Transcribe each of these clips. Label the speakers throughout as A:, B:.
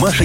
A: Маша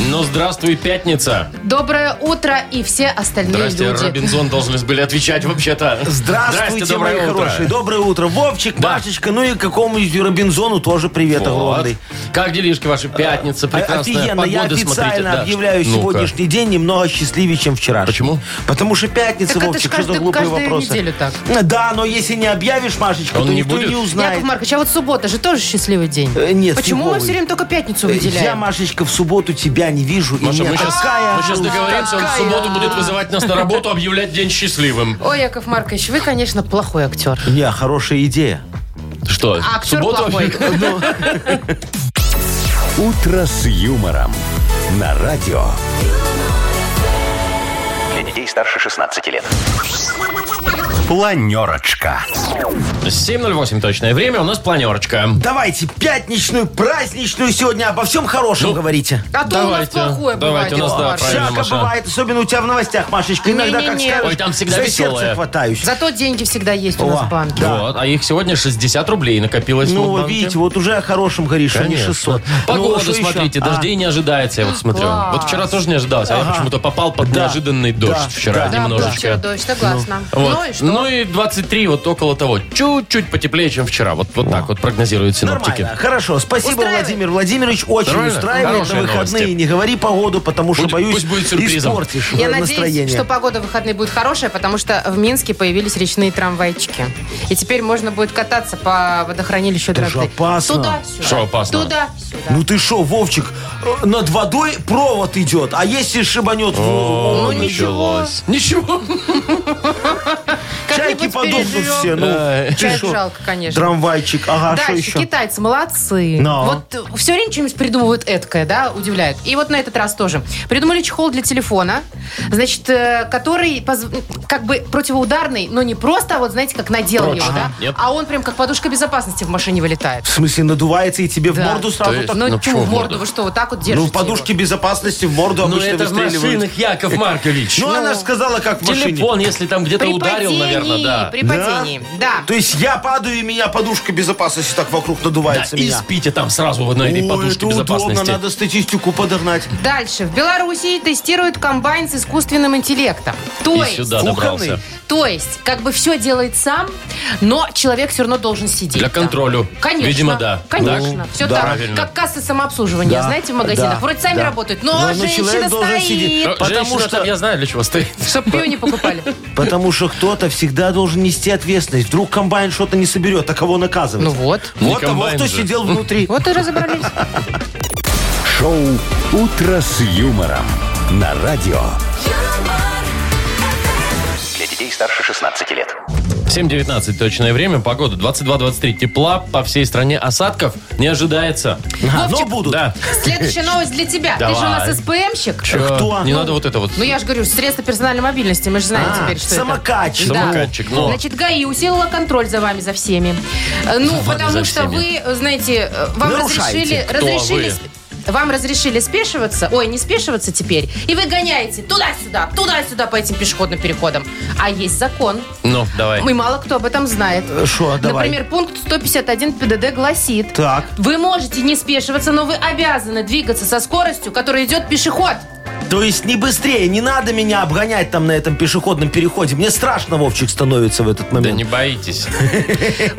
B: Ну, здравствуй, пятница.
C: Доброе утро и все остальные
B: Здрасте,
C: люди.
B: Робинзон должны были отвечать вообще-то.
D: Здравствуйте,
B: Здрасте,
D: мои
B: доброе утро.
D: хорошие. Доброе утро. Вовчик,
B: Да.
D: Машечка, ну и какому-нибудь Робинзону тоже привет
B: Вот.
D: огромный. А,
B: Как делишки ваши? Пятница, прекрасная
D: Офигенно,
B: погода,
D: я официально
B: смотрите. да.
D: объявляю
B: Ну-ка.
D: сегодняшний день немного счастливее, чем вчера.
B: Почему?
D: Потому что пятница,
C: Так это ж
D: Вовчик, что за
C: каждую-
D: глупые
C: каждую
D: вопросы.
C: неделю так.
D: Да, но если не объявишь, Машечка,
B: Он
D: то
B: не
D: никто
B: будет?
D: не узнает.
C: Яков Маркович, а вот суббота же тоже счастливый день.
D: Э, нет,
C: Почему мы
D: фиговый.
C: все время только пятницу выделяем?
D: Э, Я, Машечка, в субботу тебя не вижу. и
B: Маша,
D: мне
B: мы сейчас,
D: такая грусть.
B: договоримся, Ну, он в
C: такая.
B: субботу будет вызывать нас на работу, объявлять день счастливым.
C: Ой, Яков Маркович, вы, конечно, плохой актер.
D: Не, хорошая идея.
B: Что?
C: А
B: в
C: актер
B: субботу?
C: плохой.
A: «Утро с юмором» на радио. Для детей старше 16 лет. Планерочка.
B: 7.08 точное время, у нас планерочка.
D: Давайте пятничную, праздничную сегодня обо всем
B: Ну,
D: хорошем говорите.
C: А то у нас
B: Давайте,
C: плохое бывает,
B: давайте, у нас,
C: Яков
B: да,
C: Маркович.
B: правильно.
D: Всяко
B: Маша.
D: бывает, особенно у тебя в новостях, Машечка. Иногда, как
C: Не-не-не.
D: скажешь,
B: Ой, там всегда
D: за
B: веселое.
D: сердце хватаюсь.
C: Зато деньги всегда есть у нас в
D: О,
C: банке.
D: да.
B: Вот, а их сегодня 60 рублей накопилось в
D: Ну,
B: Мудбанке.
D: видите, вот уже о хорошем говоришь, что не
B: Конечно.
D: 600.
B: Погода,
D: Ну, что еще?
B: смотрите,
D: А,
B: дождей не ожидается, я вот смотрю.
C: Класс.
B: Вот вчера тоже не ожидалось, а я
D: Ага.
B: почему-то попал под
D: Да.
B: неожиданный
D: Да.
B: дождь вчера
C: Да,
D: Да,
C: был вчера
B: немножечко.
C: дождь, согласна.
B: Вот.
C: Ну и что?
B: 23, вот около того. Чуть-чуть потеплее, чем вчера. Вот, вот так вот прогнозируют синоптики.
D: Нормально, хорошо. Спасибо,
C: Устраивает?
D: Владимир Владимирович. Очень
B: Нормально?
D: устраивает на
B: Хорошие
D: выходные.
B: новости.
D: Не говори погоду, потому что,
B: Пусть-
D: боюсь,
B: пусть будет сюрпризом.
D: испортишь
C: Я
D: э,
C: надеюсь,
D: настроение.
C: что погода в выходные будет хорошая, потому что в Минске появились речные трамвайчики. И теперь можно будет кататься по водохранилищу
D: Это же
C: Дроздды.
D: опасно.
C: Туда-сюда.
B: Что опасного?
C: Туда-сюда.
D: Ну ты шо, Вовчик, э, над водой провод идет, а если шибанет в
B: О,
C: Ну,
D: о,
B: началось. Ничего.
D: Чайки
C: Как-нибудь
D: подохнут
C: переживем.
D: все.
B: Ай.
D: Ну, ты
C: Чайку
D: шо?
C: жалко, конечно.
D: Трамвайчик, ага, А что
C: Дальше,
D: еще?
C: китайцы, молодцы.
D: Но.
C: Вот все время что-нибудь придумывают эткое, да, удивляет. И вот на этот раз тоже. Придумали чехол для телефона, значит, э, который позв- как бы противоударный, но не просто, а вот знаете, как надел
B: Прочный,
C: его, да?
B: нет.
C: А он прям как подушка безопасности в машине вылетает.
D: В смысле, надувается и тебе в
C: Да.
D: морду сразу
B: То есть,
D: так?
C: Ну,
B: Ну,
C: тю,
B: почему
C: в
B: в
C: морду,
B: морду?
C: вы что, вот так вот держите
D: Ну, подушки безопасности в морду
B: Ну
D: обычно
B: это в
D: выстреливают.
B: машинах, Яков Маркович.
D: Ну, она же сказала, как в машине.
B: Телефон, если там где-то
C: При
B: ударил,
C: падении,
B: наверное, да.
C: При падении, да.
D: То есть я падаю, и меня подушка безопасности так вокруг
B: Да,
D: надувается
B: и
D: меня.
B: спите там сразу вот на этой
D: Ой,
B: подушке
D: это удобно,
B: безопасности.
D: надо статистику подогнать.
C: Дальше. В Белоруссии тестируют комбайн с искусственным интеллектом.
B: И
C: То есть,
B: сюда
D: кухонный.
B: добрался.
C: то есть, как бы все делает сам, но человек все равно должен сидеть.
B: Для
C: там.
B: контролю.
C: Конечно.
B: Видимо, да.
C: Конечно.
B: Ну,
C: все
B: да.
C: так.
B: Правильно.
C: Как кассы самообслуживания,
D: Да,
C: знаете, в магазинах.
D: да,
C: Вроде сами
D: да.
C: работают, но,
D: Но- но
C: женщина
D: человек должен
C: стоит.
D: сидеть.
B: Ну,
D: Потому
B: женщина
D: что-
B: там, я знаю, для чего стоит.
C: Чтоб ее не покупали.
D: Потому что кто-то всегда должен нести ответственность. Вдруг комбайн что-то не соберет, а кого наказывать?
C: Ну вот.
B: Не
D: вот того,
B: комбайн
D: кто
B: же.
D: сидел внутри.
C: Вот и разобрались.
A: Шоу «Утро с юмором» на радио. Для детей старше 16 лет.
B: 7.19 точное время, погода 22-23, тепла по всей стране, осадков не ожидается.
D: Ага, Но А, ну, будут.
B: Да.
C: Следующая новость для тебя. Ты же у
B: Давай.
C: нас СПМщик.
D: А Кто?
B: Э, Не надо вот это вот.
C: Ну, я же говорю, средства персональной мобильности. Мы же знаем
D: А,
C: теперь, что
D: самокатчик.
C: это. Да.
B: Самокатчик, но.
C: Значит, ГАИ усилила контроль за вами, за всеми. Э, Ну,
B: вами,
C: потому
B: за
C: что
B: всеми.
C: вы, знаете, э, вам
D: Нарушаете.
C: разрешили...
B: Кто
C: разрешили
B: вы?
C: сп- Вам разрешили спешиваться, ой, не спешиваться теперь, и вы гоняете туда-сюда, туда-сюда по этим пешеходным переходам. А есть закон,
B: Ну, давай. Э,
C: и мало кто об этом знает.
D: Что, давай.
C: Например, пункт 151 ПДД гласит,
D: Так.
C: вы можете не спешиваться, но вы обязаны двигаться со скоростью, которой идет пешеход.
D: То есть не быстрее, не надо меня обгонять там на этом пешеходном переходе. Мне страшно, Вовчик, становится в этот
B: Да
D: момент.
B: не боитесь.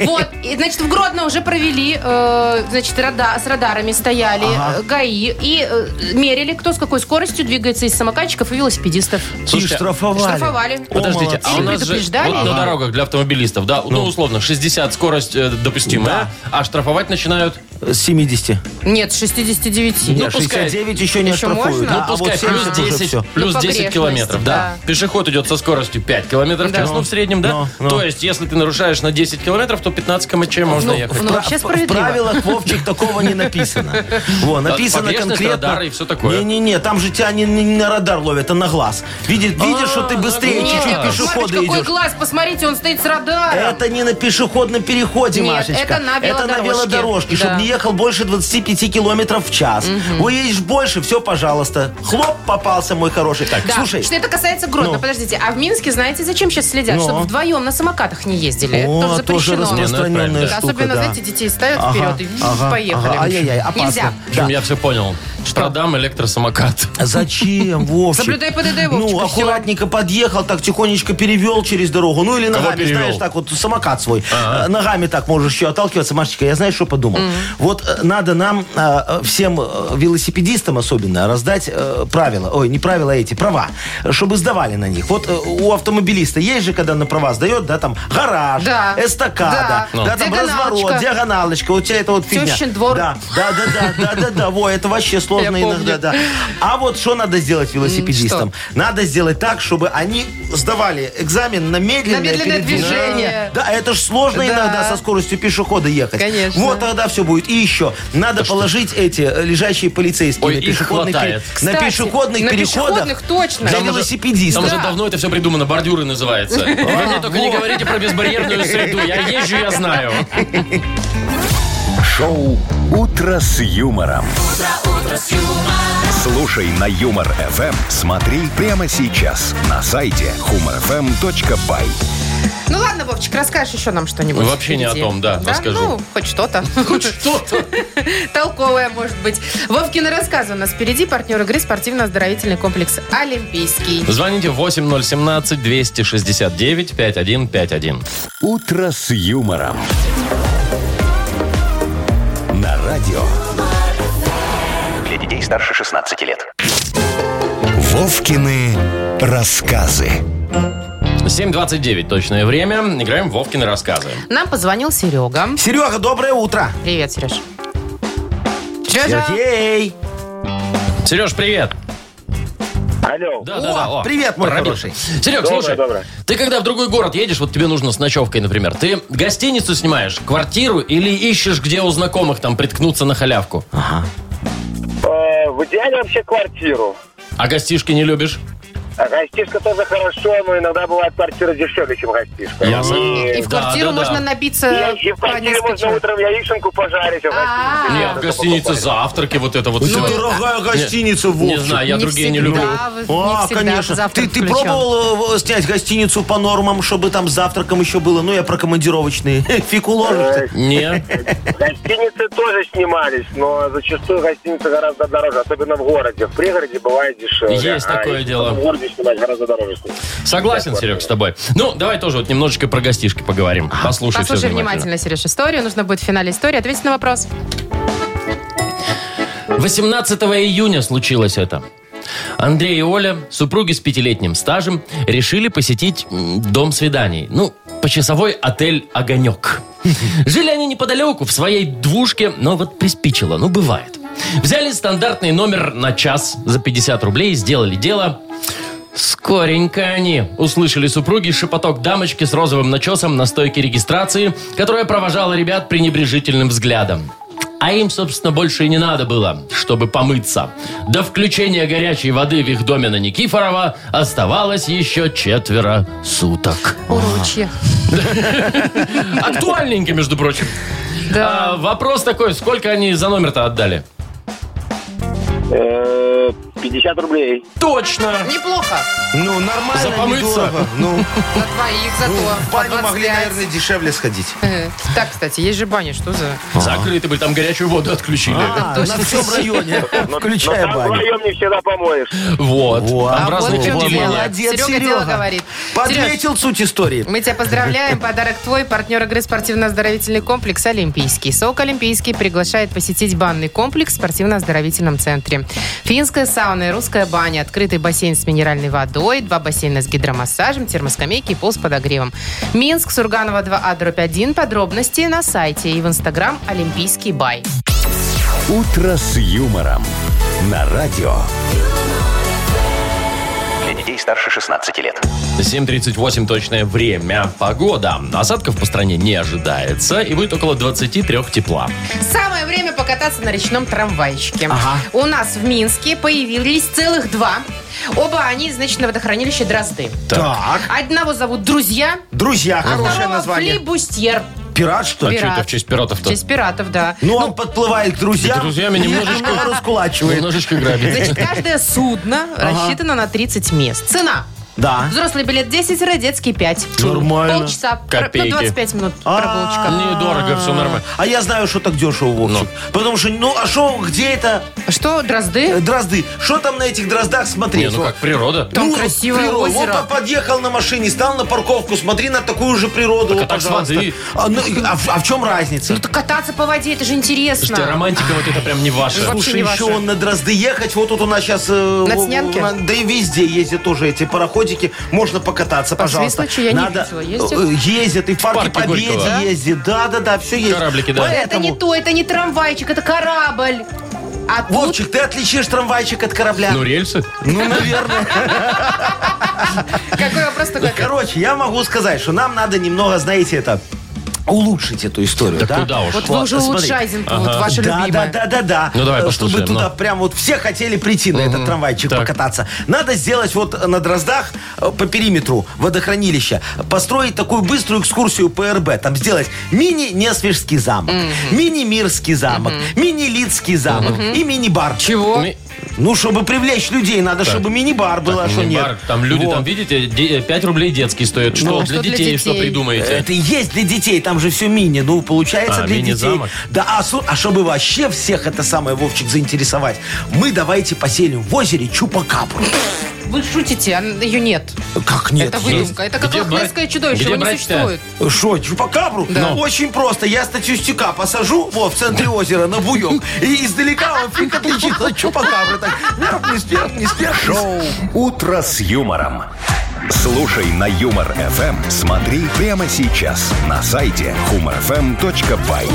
C: Вот, и, значит, в Гродно уже провели, э, значит, рада- с радарами стояли
D: Ага.
C: э, ГАИ и э, мерили, кто с какой скоростью двигается из самокатчиков и велосипедистов.
D: И
B: Слушайте,
D: штрафовали.
C: штрафовали.
D: а О,
B: Подождите, а у
C: молодцы.
B: нас же вот
C: Предупреждали?
B: на
C: Ага.
B: дорогах для автомобилистов, да, ну, условно, 60 скорость э, допустимая, а штрафовать начинают,
D: С 70.
C: Нет, с 69.
D: Не,
B: Ну, пускай.
D: 69 еще не
C: Еще
D: штрафуют.
C: можно?
D: да,
B: ну,
D: а
B: пускай
D: вот
B: плюс
D: 70 уже
B: 10,
D: всё.
B: плюс
C: Ну,
B: 10
C: погрешность,
B: километров, да.
C: да.
B: Пешеход идет со скоростью 5 километров в
C: Да.
B: час, ну, в среднем, да?
D: Ну, ну.
B: То есть, если ты нарушаешь на 10 километров, то 15 км можно
C: Ну,
B: ехать.
C: ну, вообще
D: В- В
C: справедливо.
D: правилах, Вовчик, такого не написано. Во, написано
B: погрешность,
D: конкретно.
B: радары и всё такое.
D: Не-не-не, там же тебя не, не- не на радар ловят, а на глаз. Видит, видишь, что ты быстрее
B: на глаз.
D: чуть-чуть
C: Нет, Яков Маркович,
D: пешехода
C: какой
D: идешь.
C: глаз, посмотрите, он стоит с радаром.
D: Это не на пешеходном переходе,
C: Нет,
D: Машечка.
C: это на
D: Это на
C: велодорожке.
D: велодорожке, чтобы
C: Да.
D: не уехал больше 25 километров в час. Уедешь больше, все, пожалуйста. Хлоп, попался, мой хороший. Так,
C: Да,
D: слушай.
C: что это касается Гродно,
D: ну.
C: подождите. А в Минске, знаете, зачем сейчас следят?
D: Ну.
C: Чтобы вдвоем на самокатах не ездили.
D: О,
C: Это тоже
D: тоже
C: запрещено.
B: Не,
D: распространенная
B: ну это правильно.
C: Да,
D: штука,
C: Особенно,
D: да.
C: знаете, детей ставят
D: Ага,
C: вперед и вф,
D: ага,
C: поехали.
D: ага. Ай-яй-яй, опасно.
C: Нельзя.
B: В общем, я все понял. Продам электросамокат.
D: Зачем, Вовчик?
C: Соблюдай ПДД, Вовчик, и
D: Ну,
C: всё.
D: аккуратненько подъехал, так тихонечко перевел через дорогу. Ну, или ногами,
B: перевел?
D: знаешь, так вот самокат свой. Э, Ногами так можешь еще отталкиваться. Машечка, я знаешь, что подумал? Вот э, надо нам, э, э, всем э, велосипедистам особенно, раздать э, правила, ой, не правила а эти, права, чтобы сдавали на них. Вот э, у автомобилиста есть же, когда на права сдает, да, там гараж,
C: Да.
D: эстакада,
C: Да.
D: да, там
C: Диагоналочка.
D: разворот, диагоналочка, у тебя это вот фигня.
C: Тещин двор.
D: Да, да, да, да, да, да, да, во, это вообще сложно
C: Я помню.
D: иногда, да. А вот что надо сделать велосипедистам?
C: М,
D: Надо сделать так, чтобы они сдавали экзамен на медленное,
C: На медленное
D: передвижение.
C: движение.
D: Да, это ж сложно
C: Да.
D: иногда со скоростью пешехода ехать.
C: Конечно.
D: Вот тогда все будет. И еще, надо положить эти э, лежащие полицейские
B: Ой,
D: на
B: их
D: пешеходных, пе-
B: хватает.
D: на
C: Кстати,
D: пешеходных
C: на
D: переходах
C: пешеходных точно.
D: для
C: Там
B: уже-
D: велосипедистов.
B: Там уже
C: Да.
B: давно это все придумано, бордюры называется. Вы мне только не
D: вот.
B: говорите про безбарьерную среду. Я езжу, я знаю.
A: Шоу «Утро с юмором». Слушай на Юмор ФМ. Смотри прямо сейчас на сайте humorfm.by.
C: Ну ладно, Вовчик, расскажешь еще нам что-нибудь.
B: Ну, Вообще ни о
C: впереди.
B: том, да, расскажу.
C: Ну, хоть что-то. Хоть что-то. Толковое, может быть. Вовкины рассказы у нас впереди. Партнер игры спортивно-оздоровительный комплекс «Олимпийский».
B: Звоните 8017-269-5151.
A: «Утро с юмором». На радио.
E: Для детей старше 16 лет.
A: Вовкины рассказы.
B: 7.29 точное время. Играем в Вовкины рассказы.
C: Нам позвонил Серега.
D: Серега, доброе утро.
C: Привет, Сереж. Сережа.
D: Сергей.
B: Сереж, привет.
F: Алло.
B: Да,
D: О,
B: да, да.
D: привет, мой
B: пробил.
D: хороший.
B: Серег,
F: Доброе,
B: слушай,
F: доброе.
B: ты когда в другой город едешь, вот тебе нужно с ночевкой, например, ты гостиницу снимаешь, квартиру или ищешь, где у знакомых там приткнуться на халявку?
F: Э, в идеале вообще квартиру.
B: А гостишки не любишь?
F: А Гостишка тоже хорошо, но иногда бывает квартира дешевле, чем гостишка.
B: Ясно.
C: И в
B: Да, да,
C: квартиру
B: да.
C: можно набиться
F: И, и в
C: по
F: квартире
C: несколько
F: можно
C: человек.
F: утром яишенку пожарить, а в
C: А.
B: Не, в
F: гостинице надо это
B: гостинице
F: покупать.
B: завтраки вот это вот
D: Ну,
B: все.
D: дорогая гостиница,
B: Не
D: Вовчик.
B: знаю, я другие не люблю.
C: всегда, вы-
D: А,
C: не всегда
D: конечно.
C: завтрак
D: Ты, ты
C: включен.
D: пробовал э, снять гостиницу по нормам, чтобы там с завтраком еще было? Ну, я про командировочные. Фиг уложишь ты.
F: Э,
B: Не,
F: Гостиницы тоже снимались, но зачастую гостиницы гораздо дороже, особенно в городе. В пригороде бывает дешевле.
B: Есть
F: А
B: такое
F: если
B: дело.
F: В городе снимать гораздо дороже. стоит.
B: согласен, Серег, с тобой. Ну, давай тоже вот немножечко про гостишки поговорим. Послушай, все
C: Послушай внимательно, Сереж, историю. Нужно будет в финале истории ответить на вопрос.
B: 18 июня случилось это. Андрей и Оля, супруги с пятилетним стажем, решили посетить м, дом свиданий. Ну, почасовой отель «Огонек». Жили они неподалеку, в своей двушке, но вот приспичило, ну бывает. Взяли стандартный номер на час за 50 рублей, сделали дело. Скоренько они услышали супруги шепоток дамочки с розовым начесом на стойке регистрации, которая провожала ребят пренебрежительным взглядом. А им, собственно, больше и не надо было, чтобы помыться. До включения горячей воды в их доме на Никифорова оставалось еще четверо суток.
C: Уручье.
B: Актуальненький, между прочим.
C: Да.
B: А, вопрос такой, сколько они за номер-то отдали?
F: Э, 50 рублей.
B: Точно!
C: Неплохо.
D: Ну,
B: За
D: нормально,
B: помыться?
D: недорого. Ну,
C: На двоих зато.
D: ну, в баню
C: По
D: могли,
C: 25.
D: наверное, дешевле сходить.
C: Э, Так, кстати, есть же баня, что за...
B: Закрыты были, там горячую воду отключили.
D: А, на всем районе,
F: Но
D: включая
F: там
D: баню.
F: вдвоем не всегда помоешь.
B: Вот.
D: Во.
B: Там
D: А
B: разные
C: вот в чем
B: отделения.
C: дело.
D: Молодец,
C: Серега дело говорит. Ну,
D: Подметил суть истории.
C: Мы тебя поздравляем. Подарок твой. Партнер игры спортивно-оздоровительный комплекс «Олимпийский». СОК «Олимпийский» приглашает посетить банный комплекс в спортивно-оздоровительном центре. Финская сауна и русская баня. Открытый бассейн с минеральной водой. Два бассейна с гидромассажем, термоскамейки и пол с подогревом. Минск, Сурганова 2А, дробь 1. Подробности на сайте и в инстаграм «Олимпийский бай».
A: «Утро с юмором». На радио.
E: Для детей старше 16 лет.
B: 7.38 точное время. Погода. Осадков по стране не ожидается. И будет около 23 тепла.
C: Самое время покататься на речном трамвайчике. У нас в Минске появились целых два. Оба они, значит, на водохранилище Дрозды.
D: Так,
C: Одного зовут «Друзья»,
D: друзья,
C: а
D: хорошее
C: второго
D: название.
C: «Флибустьер».
D: Пират, что ли?
C: Пират.
B: это в честь пиратов-то?
C: В честь пиратов, да.
D: Ну, он подплывает к друзьям.
B: С друзьями
D: и
B: немножечко-
D: его раскулачивает.
B: Немножечко грабить.
C: Значит, каждое судно рассчитано на 30 мест. Цена.
D: Да.
C: Взрослый билет 10 евро, детский 5.
D: Нормально.
C: Полчаса, пр-
B: Копейки.
C: ну, 25 минут
D: А.
C: прогулочка.
B: Недорого, все нормально.
D: А я знаю, что так дешево, Вовчик. Потому что, ну, а что, где это
C: Что,
D: э,
C: дрозды?
D: дрозды? Что там на этих дроздах смотреть?
B: Не, ну как, природа.
C: Там красивое
D: природа.
C: озеро.
D: Вот по- подъехал на машине, стал на парковку, смотри на такую же природу.
B: а
D: вот,
B: так
D: пожалуйста.
B: смотри.
D: А, ну, и- а в- а в чем разница?
C: Ну, так кататься по воде, это же
D: а
B: Слушайте,
C: интересно.
B: романтика вот это прям не ваша.
C: вообще
D: Слушай,
C: не
D: еще
C: ваше.
D: он на дрозды ехать. Вот тут у нас э, сейчас...
C: На Снянке?
D: да и везде ездят тоже эти пароходики. Можно покататься,
C: По
D: пожалуйста.
C: Свислочу я не видела. Ездят?
D: э, Ездят, и в парке,
B: парке
D: Победы
B: Горького, да?
D: ездит. Да-да-да, все ездит.
B: Кораблики, да.
C: Это
D: Поэтому...
C: не то, это не трамвайчик, это корабль. А тут
D: Вовчик, ты отличишь трамвайчик от корабля.
B: Ну, рельсы?
D: Ну, наверное.
C: какой вопрос такой?
D: Короче, я могу сказать, что нам надо немного, знаете, это улучшить эту историю.
B: Так
D: да?
B: куда уж.
C: Вот вы уже
D: смотри. Э,
C: улучшаем, вот ваша
D: Да, да,
C: любимая.
D: да, да, да.
B: Ну, давай
D: Э,
B: послушаем,
D: Чтобы туда
B: ну.
D: прям вот все хотели прийти на этот трамвайчик
B: Так.
D: покататься. Надо сделать вот на Дроздах э, по периметру водохранилища, построить такую быструю экскурсию по РБ. Там сделать мини-Несвежский замок, мини-Мирский замок, мини-Лидский замок и мини-бар.
C: Чего?
B: Ми-
D: Ну, чтобы привлечь людей, надо, чтобы мини-бар был, а что
B: Мини-бар,
D: нет.
B: Там люди,
D: Вот.
B: там, видите, де- 5 рублей детский стоит. Что
C: а
B: для
C: что для
B: детей, что
C: детей?
B: придумаете?
D: Это и есть для детей, там же все мини, ну, получается
B: А,
D: для детей.
B: мини-замок.
D: Да, а, су- а чтобы вообще всех это самое, Вовчик, заинтересовать, мы давайте поселим в озере Чупакабру.
C: Вы шутите, а ее нет.
D: Как нет?
C: это выдумка. Это как
B: Где брать-
C: лохнесское чудовище,
B: где
C: его не
B: брать-то?
C: существует.
D: Что, Чупакабру?
C: Да.
D: Ну, Очень просто. Я статистика посажу, вот, в центре озера, на буек, и издалека он фиг отличится от Чупакабры. Так, вверх, вниз, вверх, вниз, вверх, вниз.
A: Шоу «Утро с юмором». Слушай на Юмор ФМ. Смотри прямо сейчас на сайте humorfm.by.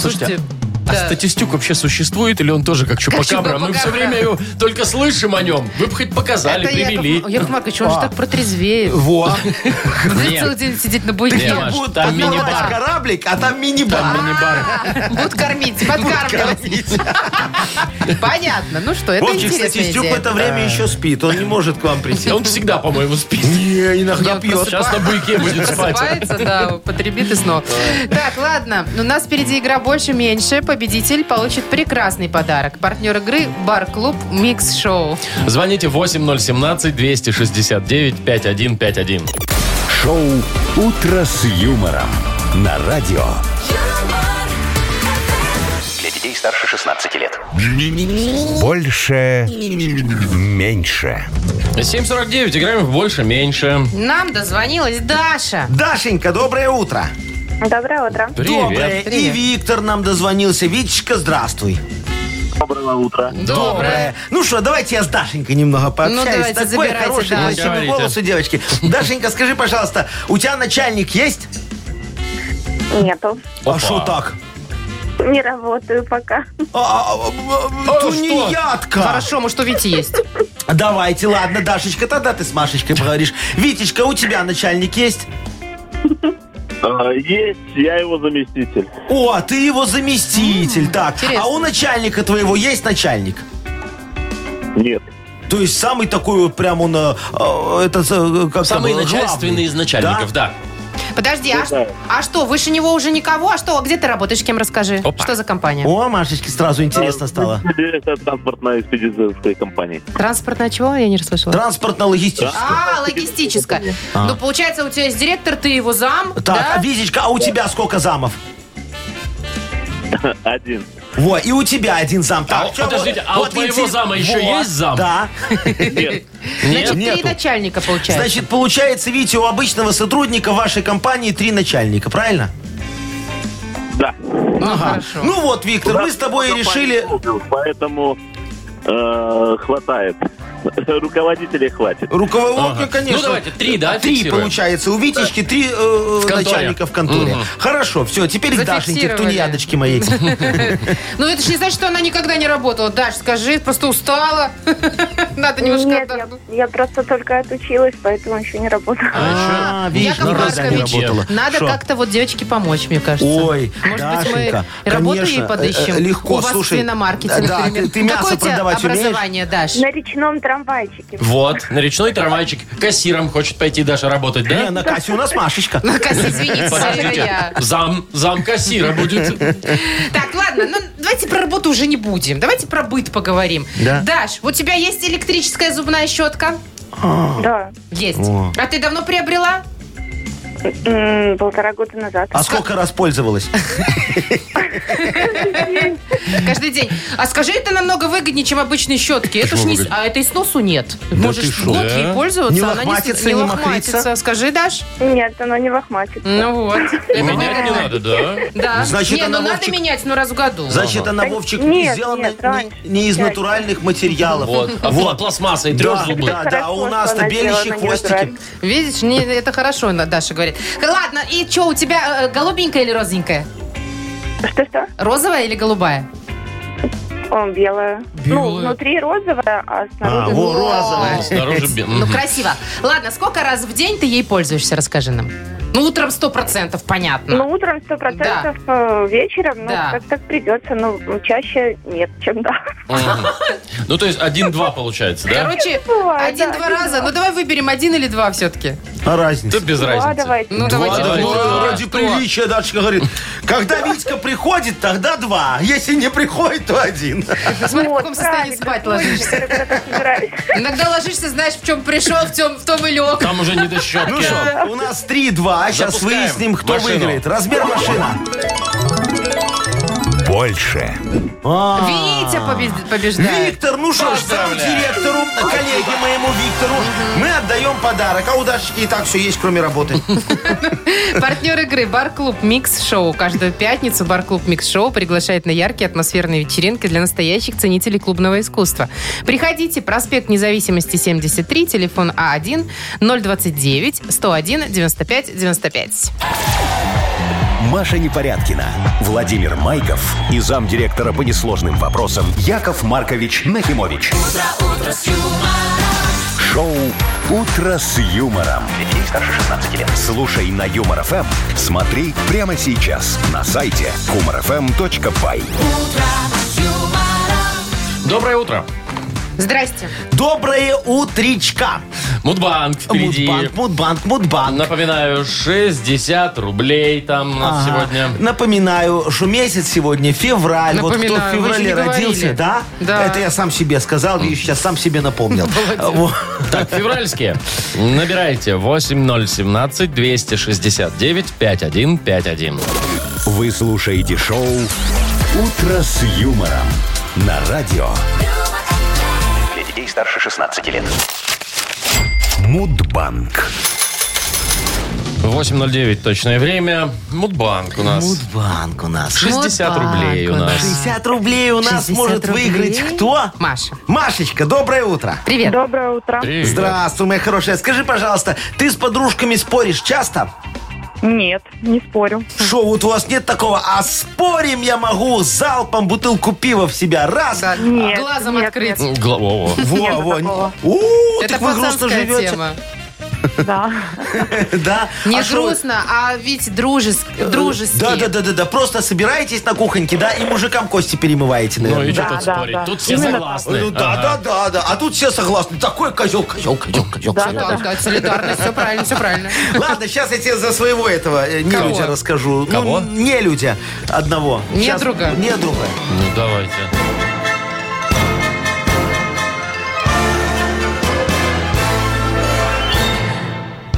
B: Слушайте, а
C: да.
B: статистюк вообще существует или он тоже как чупакабра? Мы
C: чупакабра.
B: все время его только слышим о нем. Вы бы хоть показали,
C: Это Яков,
B: привели.
C: Яков Маркович, он же так протрезвеет.
D: Вот.
C: Будет целый день сидеть на буйке.
B: Маш,
D: Будут
B: там
D: подплывать
B: мини-бар.
D: кораблик, а там мини-бар.
C: А, Будут кормить, подкармливать. Понятно. Ну что, это
D: Вовчик,
C: интересная
D: статистюк в
C: идея.
D: это время еще спит, он не может к вам прийти.
B: Он всегда, по-моему, спит.
D: Не, иногда
C: Не,
D: пьет.
C: просто-
B: Сейчас на буйке будет спать.
C: Просыпается, да, потребит и снова. Так, ладно, у нас впереди игра больше-меньше. Победитель получит прекрасный подарок. Партнер игры «Бар-клуб Микс Шоу».
B: Звоните 8017-269-5151.
A: Шоу «Утро с юмором» на радио.
E: Для детей старше 16 лет.
A: Больше. Меньше.
B: 7.49, играем в больше-меньше.
C: Нам дозвонилась Даша.
D: Дашенька, доброе утро.
G: Доброе утро.
B: Привет.
D: Доброе. И Виктор нам дозвонился. Витечка, здравствуй.
F: Доброе утро.
C: Доброе.
D: Ну что, давайте я с Дашенькой немного пообщаюсь.
C: Ну, давайте,
D: Такой
C: забирайте,
D: хороший,
C: да.
D: красивый
B: Говорите.
D: голос у девочки. Дашенька, скажи, пожалуйста, у тебя начальник есть?
G: Нету.
B: Опа.
D: А что так?
G: Не работаю пока.
D: А, а, а,
B: А,
D: Тунеядка.
C: Хорошо, может, у Вити есть.
D: Давайте, ладно, Дашечка, тогда ты с Машечкой поговоришь. Витечка, у тебя начальник есть?
F: А, есть, я его заместитель.
D: О, а ты его заместитель. так,
C: интересно.
D: а у начальника твоего есть начальник?
F: Нет.
D: То есть самый такой вот прям он, э, э, это э, как
B: Самые
D: там, э,
B: начальственные из
D: главный.
B: начальников, да.
C: Подожди, а,
F: Не знаю.
C: а что, выше него уже никого? А что, а где ты работаешь, кем расскажи?
B: Опа.
C: Что за компания?
D: О, Машечке сразу интересно стало.
F: Директор транспортно-экспедиторской компании.
C: Транспортная чего? Я не расслышала.
D: Транспортно-логистический.
C: А, логистическая. Ну, получается, у тебя есть директор, ты его зам,
D: А. Так,
C: да?
D: а, Витечка, а у тебя сколько замов?
F: Один.
D: Во, и у тебя один зам. Так,
B: А,
D: всё,
B: подождите, а у твоего зама еще есть зам?
D: Да.
F: Нет.
C: Значит, три
D: нету.
C: начальника, получается.
D: Значит, получается, Витя, у обычного сотрудника вашей компании три начальника, правильно?
F: Да.
C: ну, хорошо.
D: Ну вот, Виктор, мы с тобой и
F: Компанию
D: решили...
F: создал, Поэтому э, хватает. Руководителей хватит.
D: Руководитель,
B: Ага.
D: конечно.
B: Ну, давайте, три, да,
D: Три,
B: фиксируем?
D: получается. У Витечки три э, э,
B: конторе.
D: начальника в конторе.
B: Мгм.
D: Хорошо, все, теперь к Дашеньке, к
C: Зафиксировали.
D: тунеядочке моей.
C: Ну, это же не значит, что она никогда не работала. Даш, скажи, просто устала. Надо немножко
G: Нет, я,
C: отдохнуть.
G: я просто только отучилась, поэтому еще не работаю.
B: А
D: А, видишь,
C: Яков
D: ни разу не
C: Маркович,
D: работала.
C: Надо
D: Шо?
C: как-то вот девочке помочь, мне кажется.
D: Ой,
C: Может
D: Дашенька,
C: быть, мы работу
D: конечно,
C: ей подыщем?
D: э, э, легко,
C: У вас
D: слушай,
C: свиномаркете,
D: да,
C: например.
D: ты- ты мясо
C: Какое у тебя
D: продавать умеешь?
C: образование, Даш?
G: На речном трамвайчике.
B: Вот, на речной трамвайчик кассиром хочет пойти Даша работать,
D: Не,
B: да?
D: на кассе у нас Машечка. А
C: Кась, Ну, извините, это ну, я.
B: Подождите, зам, зам кассира будет.
C: Так, ладно, ну давайте про работу уже не будем. Давайте про быт поговорим.
D: Да.
C: Даш, у тебя есть электрическая зубная щетка?
G: Да.
C: Есть.
D: О.
C: А ты давно приобрела?
G: М, Полтора года назад.
D: А сколько раз пользовалась?
C: Каждый день. А скажи, это намного выгоднее, чем обычные щетки. Это ж не, с- а это и сносу нет.
D: ты
C: Можешь
D: шо?
B: Да?
C: год ей пользоваться,
D: Не
C: она не, с-
D: лохматится,
C: не
D: не
C: лохматится.
D: махрится.
C: Скажи, Даш.
G: Нет, оно не лохматится.
C: Ну вот. Это
B: Менять не
C: выгодно.
B: надо, да?
C: Да.
D: Значит,
C: не, ну
D: она
C: надо
D: Вовчик-
C: менять, ну раз в году.
D: Значит, она, Вовчик, не
G: Нет,
D: сделана
G: нет, раньше.
D: не- не из
G: Пять.
D: натуральных материалов.
B: Вот. А пла- пластмассой трешь
D: Да,
B: зубы.
D: да, да, а у
G: Хорошо,
D: нас-то
G: что она
D: белище
G: сделана
D: хвостики.
G: неудачно.
C: Видишь, не, это хорошо, на- Даша говорит. Ладно, и что, у тебя э, голубенькая или розовенькая?
G: Что-что?
C: Розовая или голубая?
G: Он белая. Ну,
B: Белая.
G: внутри розовая, а
D: А,
G: снаружи...
D: во,
C: Ой.
D: розовая.
B: Снаружи бе-
C: Ну,
B: мгм.
C: красиво. Ладно, сколько раз в день ты ей пользуешься, расскажи нам. Ну, утром 100%, понятно.
G: Ну, утром сто процентов, э, вечером, ну,
C: Да.
G: как так придется, но чаще нет, чем да.
B: Мгм. Ну, то есть один-два получается, да?
C: Короче,
G: Бывает,
C: один-два
G: да, один-два.
C: раза. Ну, давай выберем один или два все-таки.
D: А разница?
B: Да без
G: Ну, а
B: разницы.
G: давайте.
C: Ну,
B: Два,
C: давайте.
B: давайте.
C: два.
D: Ну, ради
C: Что?
D: приличия, Дашечка говорит. Когда Витька приходит, тогда два. Если не приходит, то один.
C: Смотри, в
G: Вот,
C: каком состоянии
G: правильно,
C: спать
G: сегодня,
C: ложишься.
G: когда так собираюсь.
C: Иногда ложишься, знаешь, в чем пришел, в, тем, в том и лег.
B: Там уже не до щетки.
D: Ну что, у нас три-два. Сейчас
B: Запускаем
D: выясним, кто
B: машину.
D: выиграет. Размер машина.
A: Больше.
C: Витя побед- побеждает.
D: А. Виктор, ну что ж,
B: Поздравляю.
D: зам директору, коллеге моему Виктору, мы отдаем подарок. А у Дашечки и так все есть, кроме работы.
C: Партнер игры «Бар-клуб Микс Шоу». Каждую пятницу «Бар-клуб Микс Шоу» приглашает на яркие атмосферные вечеринки для настоящих ценителей клубного искусства. Приходите, проспект Независимости, 73, телефон А А1-029-101-95-95.
A: Маша Непорядкина, Владимир Майков и замдиректора по несложным вопросам Яков Маркович Нахимович. Шоу Утро с юмором. Детей старше 16 лет. Слушай на юмор ФМ. Смотри прямо сейчас на сайте эм humorfm.by.
B: Доброе утро.
C: Здрасте.
D: Доброе утречка.
B: Мудбанк впереди.
D: Мудбанк, мудбанк, мудбанк.
B: Напоминаю, 60 рублей там у нас
D: Ага.
B: сегодня.
D: Напоминаю, что месяц сегодня февраль. вот кто в
C: Напоминаю, вы же
D: феврале
C: не говорили.
D: родился, да?
C: Да.
D: Это я сам себе сказал, видишь, сейчас сам себе напомнил. Вот.
B: Так, февральские. Набирайте 8017-269-5151.
A: Вы слушаете шоу Утро с юмором на радио
E: Для детей старше 16 лет.
A: Мудбанк.
B: 8.09 точное время. Мудбанк у нас.
D: Мудбанк у нас.
B: 60
C: Мудбанк
B: рублей у
C: у
B: нас.
C: нас.
D: 60 рублей у нас
C: 60
D: может
C: рублей.
D: выиграть кто?
C: Маша.
D: Машечка, доброе утро.
C: Привет.
G: Доброе утро.
B: Привет.
D: Здравствуй, моя хорошая. Скажи, пожалуйста, ты с подружками споришь часто?
G: Нет, не спорю.
D: Шо, вот у вас нет такого? А спорим я могу залпом бутылку пива в себя. Раз.
C: Да.
G: Нет,
C: Глазом
G: нет,
C: открыть.
B: Ну, гла- о, о.
D: Во,
G: Нету
D: во.
G: такого.
D: У,
C: Это
D: так вы грустно
C: пацанская
D: живете.
C: тема.
G: Да.
D: Да.
C: Не
D: А шо вы-
C: грустно, а ведь дружески. дружески.
D: Да, да, да, да, да. Просто собираетесь на кухоньке, да, и мужикам кости перемываете,
B: Ну и
D: наверное.
B: что
G: Да,
B: тут
G: да,
B: спорить?
G: да.
B: Тут все
G: Именно
B: согласны.
D: Ну, да,
B: Ага.
D: да, да, да. А тут все согласны. Такой козел, козел, козел, козел.
G: Да,
D: козел.
G: да,
C: Так, так, солидарность, все правильно, все правильно.
D: Ладно, сейчас я тебе за своего этого э, нелюдя
C: Кого?
D: расскажу.
B: Кого?
D: Ну, нелюдя одного. Щас-
C: Недруга.
D: Недруга.
B: Ну, давайте.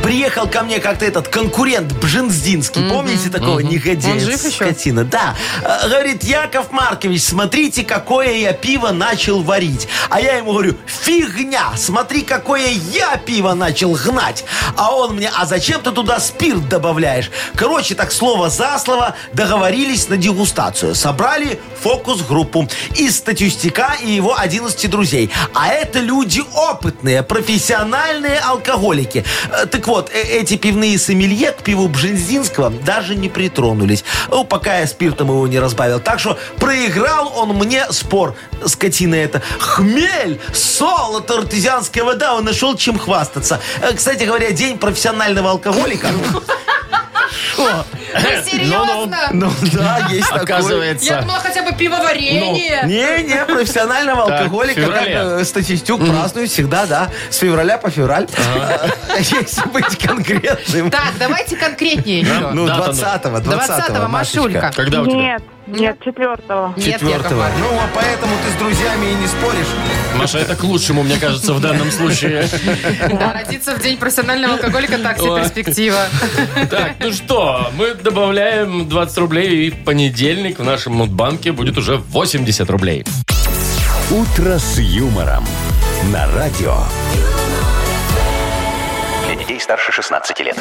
D: Приехал ко мне как-то этот конкурент Бженздинский. Помните такого негодяя?
C: Он жив еще?
D: Скотина, да. Э, Говорит, Яков Маркович, смотрите, какое я пиво начал варить. А я ему говорю, фигня, смотри, какое я пиво начал гнать. А он мне, а зачем ты туда спирт добавляешь? Короче, так слово за слово договорились на дегустацию. Собрали фокус-группу из статистика и его 11 друзей. А это люди опытные, профессиональные алкоголики. Э, Так вот, э, эти пивные сомелье к пиву Бжензинского даже не притронулись. Ну, пока я спиртом его не разбавил. Так что проиграл он мне спор. Скотина это. Хмель, солото, артезианская вода. Он нашел чем хвастаться. Э, Кстати говоря, день профессионального алкоголика. Шо?
C: Да серьезно?
D: Ну да, есть такое.
C: Я
B: Оказывается.
C: думала хотя бы пивоварение.
D: Не-не, профессионального
B: Так, в
D: алкоголика как,
B: феврале.
D: э, статистюк празднуют всегда, да, с февраля по февраль. Если быть конкретным.
C: Так, давайте конкретнее еще.
D: Ну,
B: Дата, ну.
D: 20-го,
C: 20-го, Машулька.
D: 20-го, Машечка.
B: Когда у тебя?
G: Нет, нет, четвертого.
C: Нет, Яков
D: Четвертого.
C: Маркович.
D: Ну, а поэтому ты с друзьями и не споришь.
B: Маша, это к лучшему, мне кажется, в данном случае.
C: Да, родиться в день профессионального алкоголика так себе
B: Ой.
C: перспектива.
B: Так, ну что, мы добавляем 20 рублей, и в понедельник в нашем Мудбанке будет уже 80 рублей.
A: «Утро с юмором» на радио.
E: Для детей старше 16 лет.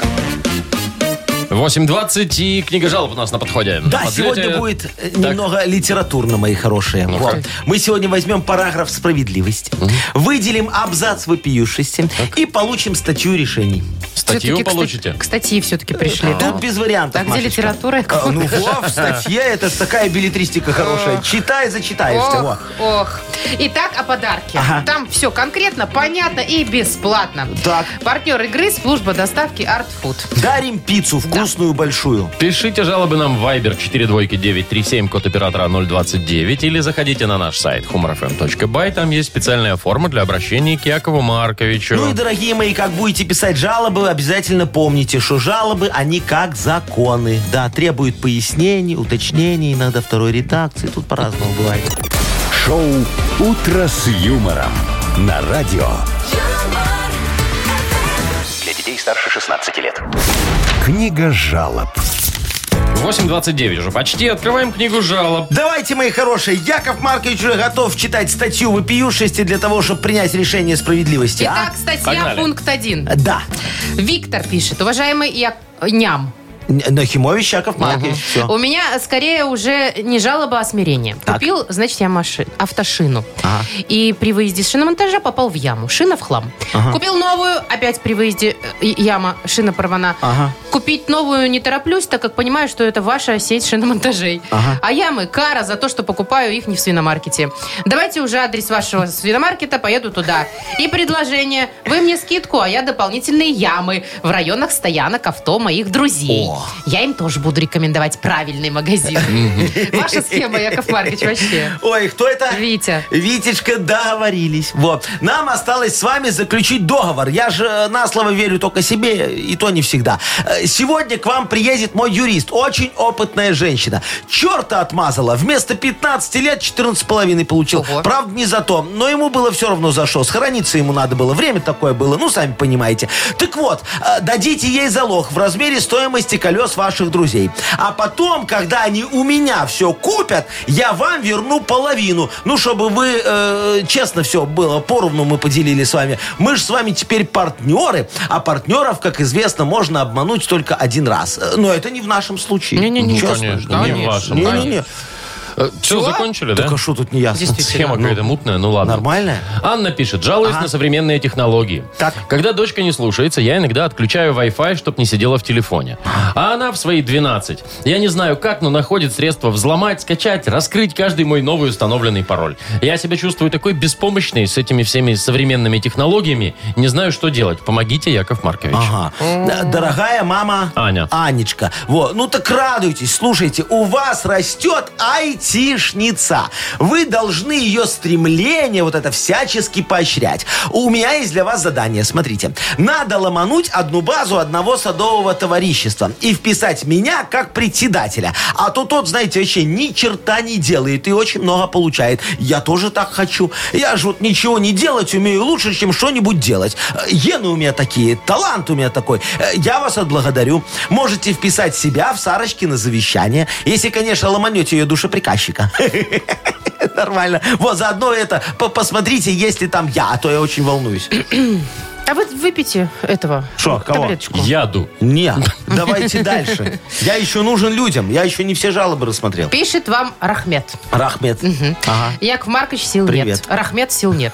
B: 8.20 и книга жалоб у нас на подходе.
D: Да,
B: Подлете.
D: сегодня будет э,
B: Так.
D: немного литературно, мои хорошие. Вот. Мы сегодня возьмем параграф «Справедливость», выделим абзац вопиюшести и получим статью решений.
B: Статью
C: Всё-таки к ста-
B: получите.
C: К статье все-таки пришли, да?
D: Тут без вариантов,
C: Так, где
D: Машечка.
C: литература?
D: А, Ну, во, в статье это ж такая билетристика хорошая. Читай, зачитаешься. во.
C: Ох, ох. Итак, о подарке. Там все конкретно, понятно и бесплатно.
D: Так.
C: Партнер игры служба доставки Art Food.
D: Дарим пиццу вкусную большую.
B: Пишите жалобы нам в Viber 42937, код оператора 029, или заходите на наш сайт humorfm.by. Там есть специальная форма для обращения к Якову Марковичу.
D: Ну и, дорогие мои, как будете писать жалобы, обязательно помните, что жалобы, они как законы. Да, требуют пояснений, уточнений, иногда второй редакции. Тут по-разному бывает.
A: Шоу «Утро с юмором» на радио.
H: юмор,
E: Для детей старше 16 лет.
A: Книга жалоб.
B: 8.29 уже почти. Открываем книгу жалоб.
D: Давайте, мои хорошие, Яков Маркович уже готов читать статью вопиюшести для того, чтобы принять решение справедливости.
C: Итак, статья,
B: Погнали.
C: пункт 1.
D: а? Да.
C: Виктор пишет. Уважаемый Я... Ням.
D: Н- Нахимович Яков Маркович. Все.
C: У меня скорее уже не жалоба, а смирение. Купил, значит, я маши- автошину. И при выезде с шиномонтажа попал в яму. Шина в хлам. Купил новую, опять при выезде э, и- яма, шина порвана.
D: Ага.
C: Купить новую не тороплюсь, так как понимаю, что это ваша сеть шиномонтажей.
D: Ага.
C: А ямы кара за то, что покупаю их не в свиномаркете. Давайте уже адрес вашего свиномаркета, поеду туда. И предложение. Вы мне скидку, а я дополнительные ямы в районах стоянок авто моих друзей. Я им тоже буду рекомендовать правильный магазин. Ваша схема, Яков Маркович, вообще.
D: Ой, кто это?
C: Витя.
D: Витечка, договорились. Вот. Нам осталось с вами заключить договор. Я же э, на слово верю только себе, и то не всегда. Э, Сегодня к вам приедет мой юрист, очень опытная женщина. Черта отмазала. Вместо 15 лет 14,5 получил.
C: Ого.
D: Правда, не за то. Но ему было все равно за что. Схорониться ему надо было. Время такое было. Ну, сами понимаете. Так вот, э, дадите ей залог в размере стоимости колес ваших друзей. А потом, когда они у меня все купят, я вам верну половину. Ну, чтобы вы э, честно все было, поровну мы поделили с вами. Мы же с вами теперь партнеры. А партнеров, как известно, можно обмануть только один раз. Э, Но это не в нашем случае. Ну,
C: Не-не-не.
D: Честно.
B: конечно,
D: Да,
B: не в
D: конечно.
B: вашем,
D: Не-не-не.
B: Все, закончили, да?
D: Так а что тут не ясно?
B: Схема
D: Ну,
B: какая-то мутная, ну ладно.
D: Нормальная?
B: Анна пишет, жалуюсь
D: Ага.
B: на современные технологии.
D: Так.
B: Когда дочка не слушается, я иногда отключаю Wi-Fi, чтобы не сидела в телефоне. А она в свои 12. Я не знаю как, но находит средства взломать, скачать, раскрыть каждый мой новый установленный пароль. Я себя чувствую такой беспомощной с этими всеми современными технологиями. Не знаю, что делать. Помогите, Яков Маркович.
D: Ага. Д- Дорогая мама
B: Аня.
D: Анечка, вот, ну так радуйтесь, слушайте, у вас растет айтишница. Вы должны ее стремление вот это всячески поощрять. У меня есть для вас задание, смотрите. Надо ломануть одну базу одного садового товарищества и вписать меня как председателя. А то тот, знаете, вообще ни черта не делает и очень много получает. Я тоже так хочу. Я же вот ничего не делать умею лучше, чем что-нибудь делать. Э, Гены у меня такие, талант у меня такой. Э, Я вас отблагодарю. Можете вписать себя в Сарочки на завещание, если, конечно, ломанете ее душеприказчика. Нормально. Вот, заодно это, по- посмотрите, есть ли там я, а то я очень волнуюсь.
C: А вы выпейте этого.
D: Шо, кого?
C: Таблеточку.
B: Яду.
D: Нет, давайте дальше. Я еще нужен людям, я еще не все жалобы рассмотрел.
C: Пишет вам Рахмет.
D: Рахмет. Ага.
C: Яков Маркович, сил
D: Привет.
C: нет. Рахмет, сил нет.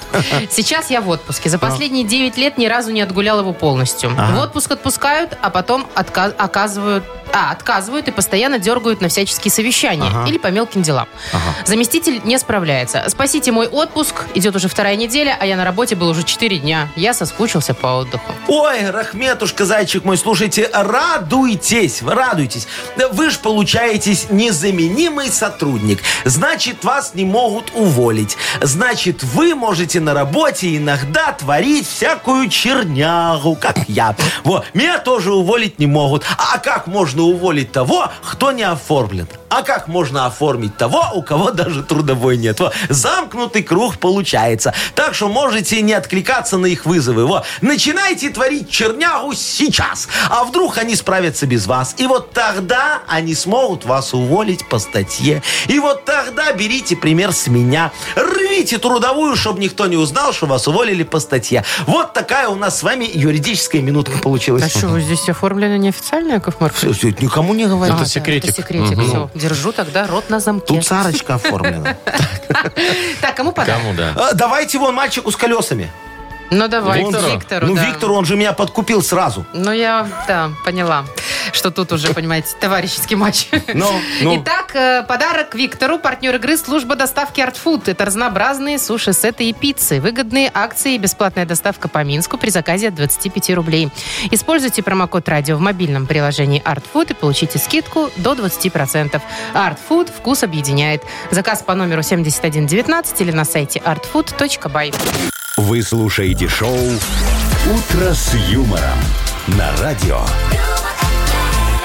C: Сейчас я в отпуске. За последние 9 лет ни разу не отгулял его полностью. В отпуск отпускают, а потом отка- оказывают... А, отказывают и постоянно дергают на всяческие совещания или по мелким делам. Заместитель не справляется. Спасите мой отпуск. Идет уже вторая неделя, а я на работе был уже 4 дня. Я соскучился по отдыху.
D: Ой, Рахметушка, зайчик мой, слушайте, рад радуйтесь, радуйтесь. Да Вы же получаетесь незаменимый сотрудник. Значит, вас не могут уволить. Значит, вы можете на работе иногда творить всякую чернягу, как я. Вот. Меня тоже уволить не могут. А как можно уволить того, кто не оформлен? А как можно оформить того, у кого даже трудовой нет? Во, замкнутый круг получается. Так что можете не откликаться на их вызовы. Во, начинайте творить чернягу сейчас. А вдруг они справятся без вас. И вот тогда они смогут вас уволить по статье. И вот тогда берите пример с меня. Рвите трудовую, чтобы никто не узнал, что вас уволили по статье. Вот такая у нас с вами юридическая минутка получилась.
C: А что, вы здесь оформлено неофициально, Яков
D: Всё,
C: Маркович? Ну,
D: всё, это никому не говори.
B: Это секретик.
C: Это секретик, все. Держу тогда рот на замке.
D: Тут Сарочка оформлена.
C: Так, кому подарок?
B: Кому, да?
D: А, Давайте вон мальчику с колесами.
C: Ну, давай,
B: Виктору?
C: Виктору.
D: Ну,
C: да.
D: Виктор, он же меня подкупил сразу.
C: Ну, я, да, поняла, что тут уже, понимаете, товарищеский матч.
D: Ну, ну.
C: Итак, э, подарок Виктору, партнер игры «Служба доставки Артфуд». Это разнообразные суши-сеты и пиццы, выгодные акции и бесплатная доставка по Минску при заказе от 25 рублей. Используйте промокод «Радио» в мобильном приложении «Артфуд» и получите скидку до 20%. «Артфуд» – вкус объединяет. Заказ по номеру 7119 или на сайте artfood.by.
A: Вы слушаете шоу «Утро с юмором» на радио.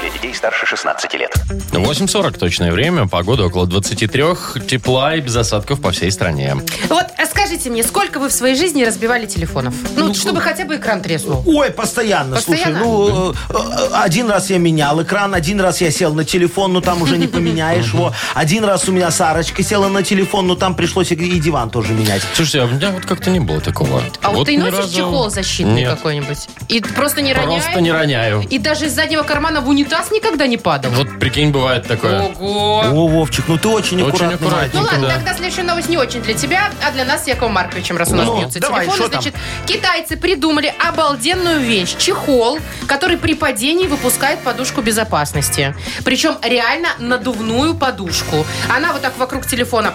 E: Для детей старше 16 лет.
B: 8.40 точное время, погода около 23, тепла и без осадков по всей стране.
C: Вот а скажите мне, сколько вы в своей жизни разбивали телефонов? Ну, вот чтобы хотя бы экран треснул.
D: Ой, постоянно, слушай,
C: Постоянно?
D: ну, э, э, один раз я менял экран, один раз я сел на телефон, ну, там уже не поменяешь его. Один раз у меня Сарочка села на телефон, ну, там пришлось и- и диван тоже менять.
B: Слушайте, а у меня вот как-то не было такого.
C: А вот, ты
B: ни
C: носишь
B: разу-
C: чехол защитный
B: Нет,
C: какой-нибудь? И просто не роняешь?
B: Просто не роняю.
C: И даже из заднего кармана в унитаз никогда не падал?
B: Вот прикинь, бывает такое.
C: Ого!
D: О, Вовчик, ну ты очень
B: Очень
D: аккуратный.
B: аккуратненько,
C: Ну ладно,
B: да.
C: тогда следующая новость не очень для тебя, а для нас с Яковом Марковичем, раз у нас
D: Ну,
C: бьются
D: давай,
C: телефоны.
D: что там?
C: Значит, китайцы придумали обалденную вещь. Чехол, который при падении выпускает подушку безопасности. Причем реально надувную подушку. Она вот так вокруг телефона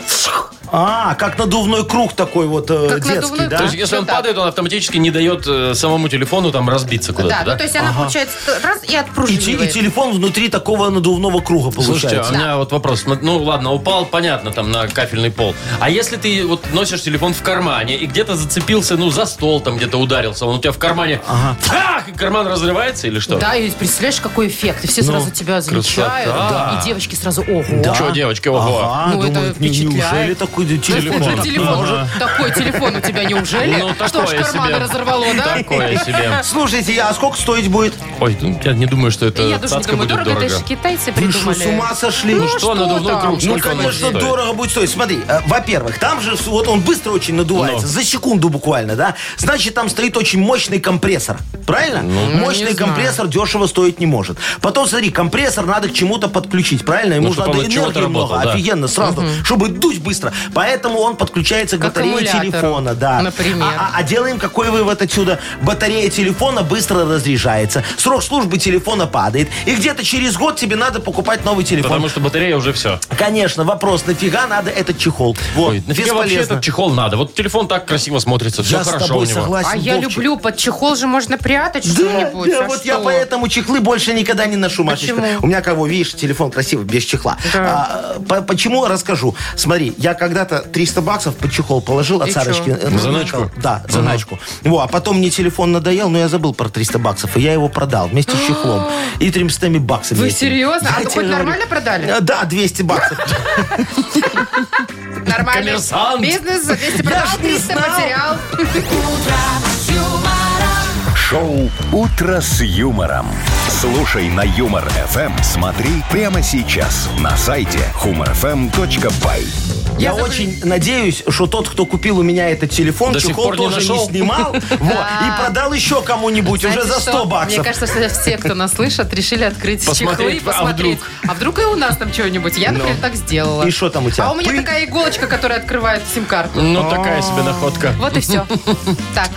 D: А, как надувной круг такой вот э,
C: Как
D: детский,
C: надувной
D: да?
B: То
C: круг.
B: есть, если
C: всё
B: он
C: так.
B: падает, он автоматически не дает э, самому телефону там разбиться
C: Да,
B: куда-то, да?
C: ну то есть она получается раз и
D: И, те- и
C: отпружинивает.
D: телефон внутри такого надувного круга
B: Слушайте, а
D: получается.
B: у меня вот вопрос. См- Ну ладно, упал, понятно, там на кафельный пол. А если ты вот носишь телефон в кармане и где-то зацепился, ну за стол там где-то ударился, он у тебя в кармане, Ах! и карман разрывается или что?
C: Да, и представляешь, какой эффект. И все
D: Ну,
C: сразу тебя замечают.
B: красота.
C: да, И девочки сразу, ого.
B: Ну что, девочки, ого.
D: Ага,
C: Ну, это
D: думают, не-
C: впечатляет.
D: неужели такой
C: Да
D: телефон?
C: слушай, телефон. Такой телефон у тебя неужели?
B: Ну,
C: Что ж,
B: такое
C: карманы
B: себе.
C: разорвало, да?
B: Такое себе.
D: Слушайте, а сколько стоить будет?
B: Ой, ну, я не думаю, что это
C: Я тоже не
B: цацка
C: думаю,
B: будет
C: дорого, это же китайцы
D: Вы что,
C: придумали.
D: с ума сошли?
C: Ну,
B: что,
C: что
B: надувной
C: там?
B: круг?
D: Ну,
B: Сколько он
D: конечно,
B: стоит?
D: дорого будет стоить. Смотри, э, во-первых, там же с- вот он быстро очень надувается,
B: Ну.
D: за секунду буквально, да? Значит, там стоит очень мощный компрессор. Правильно?
C: Ну,
D: мощный
C: не
D: компрессор дешево стоить не может. Потом, смотри, компрессор надо к чему-то подключить, правильно? Ему
B: Ну,
D: же
B: чтоб
D: надо
B: он от чего-то
D: энергии много,
B: работал, да.
D: офигенно, сразу, чтобы дуть быстро. Поэтому он подключается к
C: К
D: батарее
C: аккумулятору,
D: телефона, да.
C: например.
D: А, а- а делаем какой вывод отсюда? Батарея телефона быстро разряжается, срок службы телефона падает, и где-то через год тебе надо покупать новый телефон.
B: Потому что батарея уже все.
D: Конечно, вопрос, нафига надо этот чехол? Вот,
B: Ой, нафига вообще
D: бесполезно.
B: этот чехол надо? Вот телефон так красиво смотрится, все
D: Я с
B: хорошо у
D: тобой
B: него.
D: согласен,
C: А я
D: Вовчик.
C: люблю, под чехол же можно прятать
D: Да,
C: что-нибудь.
D: да,
C: а
D: вот я
C: что?
D: поэтому чехлы больше никогда не ношу, Машечка.
C: Почему?
D: У меня, кого видишь, телефон красивый, без чехла. А, по- почему, расскажу. Смотри, я когда-то 300 баксов под чехол положил от
C: И
D: Сарочки.
C: чё?
D: э, на-
B: Заначку?
D: Да, заначку. Во, а потом мне телефон надоел, но я забыл про 300 баксов, и я его продал вместе с чехлом и 300 баксами.
C: А. Вы
D: этими.
C: серьезно? А
D: Я
C: ну,
D: тебе
C: хоть
D: говорю.
C: нормально продали?
D: Э, Да, 200 баксов.
C: Нормально.
B: Коммерсант.
C: Бизнес за 200 продал,
D: ж не
C: 300
D: знал.
C: потерял.
A: Шоу «Утро с юмором». Слушай на Юмор ФМ. Смотри прямо сейчас на сайте humorfm.by.
D: Я очень надеюсь, что тот, кто купил у меня этот телефон,
B: До сих
D: чехол
B: пор не
D: тоже не,
B: нашел.
D: снимал вот, и продал еще кому-нибудь уже
C: Знаете
D: за 100
C: что? Мне
D: баксов.
C: кажется, что все, кто нас слышит, решили открыть чехлы и
B: Посмотреть, а
C: посмотреть. А вдруг и у нас там что-нибудь. Я, например, так сделала.
D: Ну. И что там у тебя?
C: А у меня
D: Пыль?
C: такая иголочка, которая открывает сим-карту.
B: Ну,
D: А.
B: такая себе находка.
C: Вот и все. Так.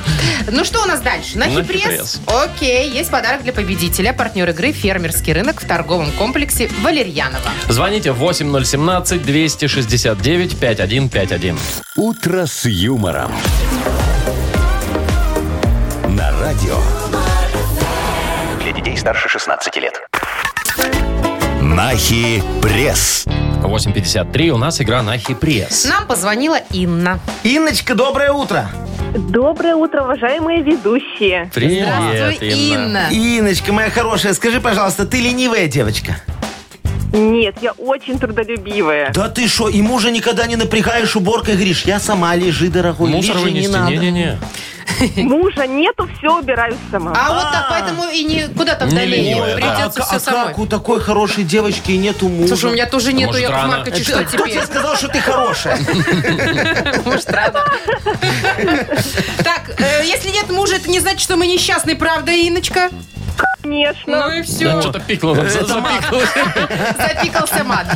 C: Ну что у нас дальше? На
B: На
C: хипресс.
B: хипресс.
C: Окей, есть подарок для победителя. Партнер игры «Фермерский рынок» в торговом комплексе «Валерьянова».
B: Звоните 8017-269-5151.
A: «Утро с юмором». На радио
E: Для Для детей старше 16 лет.
A: Нахи пресс.
B: 8.53 у нас игра на хипресс.
C: Нам позвонила Инна.
D: Инночка, доброе утро.
G: Доброе утро, уважаемые ведущие.
B: Привет,
C: Здравствуй,
B: Инна.
C: Инна.
D: Инночка, моя хорошая, скажи, пожалуйста, ты ленивая девочка?
G: Нет, я очень трудолюбивая.
D: Да ты что, и мужа никогда не напрягаешь уборкой, говоришь, я сама лежи, дорогой,
B: Мусор
D: лежи, не
B: вынести?
D: надо.
B: Не-не-не.
G: Мужа нету, все убираю сама.
C: А вот так, поэтому и не куда-то
B: Не
C: вдали.
B: ленивая, да.
D: А,
C: Придется
D: к-
C: все
D: а
C: самой.
D: как у такой хорошей девочки и нету мужа?
C: Слушай, у меня тоже нету,
B: Может,
C: Яков
B: рано?
C: Маркович,
D: Это-
C: что
D: кто тебе
C: теперь?
D: сказал, что ты хорошая?
C: Может, рано. Так, э, если нет мужа, это не значит, что мы несчастны, правда, Иночка? Ну
G: Конечно.
C: и
B: Да
C: все.
B: что-то пикло, там, запикло.
C: Запикался мат.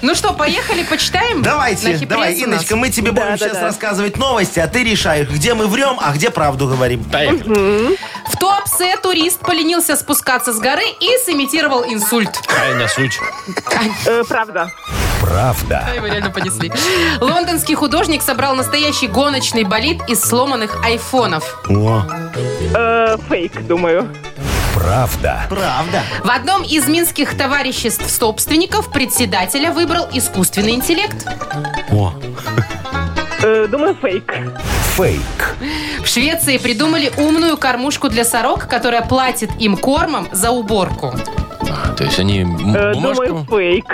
C: Ну что, поехали, почитаем? На
D: Давайте,
C: хипресс
D: давай,
C: у нас.
D: Инночка, мы тебе будем сейчас рассказывать новости, а ты решаешь, где мы врем, а где правду говорим.
B: Поехали.
C: В Туапсе турист поленился спускаться с горы и сымитировал инсульт.
B: Тайна суть.
G: Э, правда.
A: Правда.
C: Его реально понесли. Лондонский художник собрал настоящий гоночный болид из сломанных айфонов.
G: Э, фейк, думаю.
A: Правда.
D: Правда.
C: В одном из минских товариществ собственников председателя выбрал искусственный интеллект.
G: Э, думаю, фейк.
A: Фейк.
C: В Швеции придумали умную кормушку для сорок, которая платит им кормом за уборку.
B: А, То есть они м-
G: Э, думаю,
B: бумажку...
G: фейк.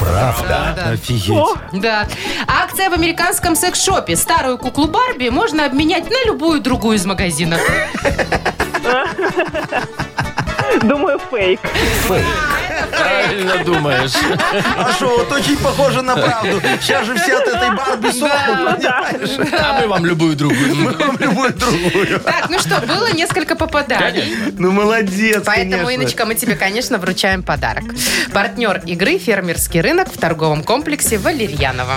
A: Правда.
D: Офигеть.
C: Да. Акция в американском секс-шопе. Старую куклу Барби можно обменять на любую другую из магазина. А?
G: Думаю, фейк.
B: Правильно думаешь.
D: А что, вот очень похоже на правду. Сейчас же все от этой Барби сохнут, понимаешь?
B: А мы вам любую другую.
D: Там любую другую.
C: Так, ну что, было несколько попаданий.
D: Ну, молодец,
C: Поэтому,
D: конечно.
C: Иночка, мы тебе, конечно, вручаем подарок. Партнер игры «Фермерский рынок» в торговом комплексе «Валерьянова».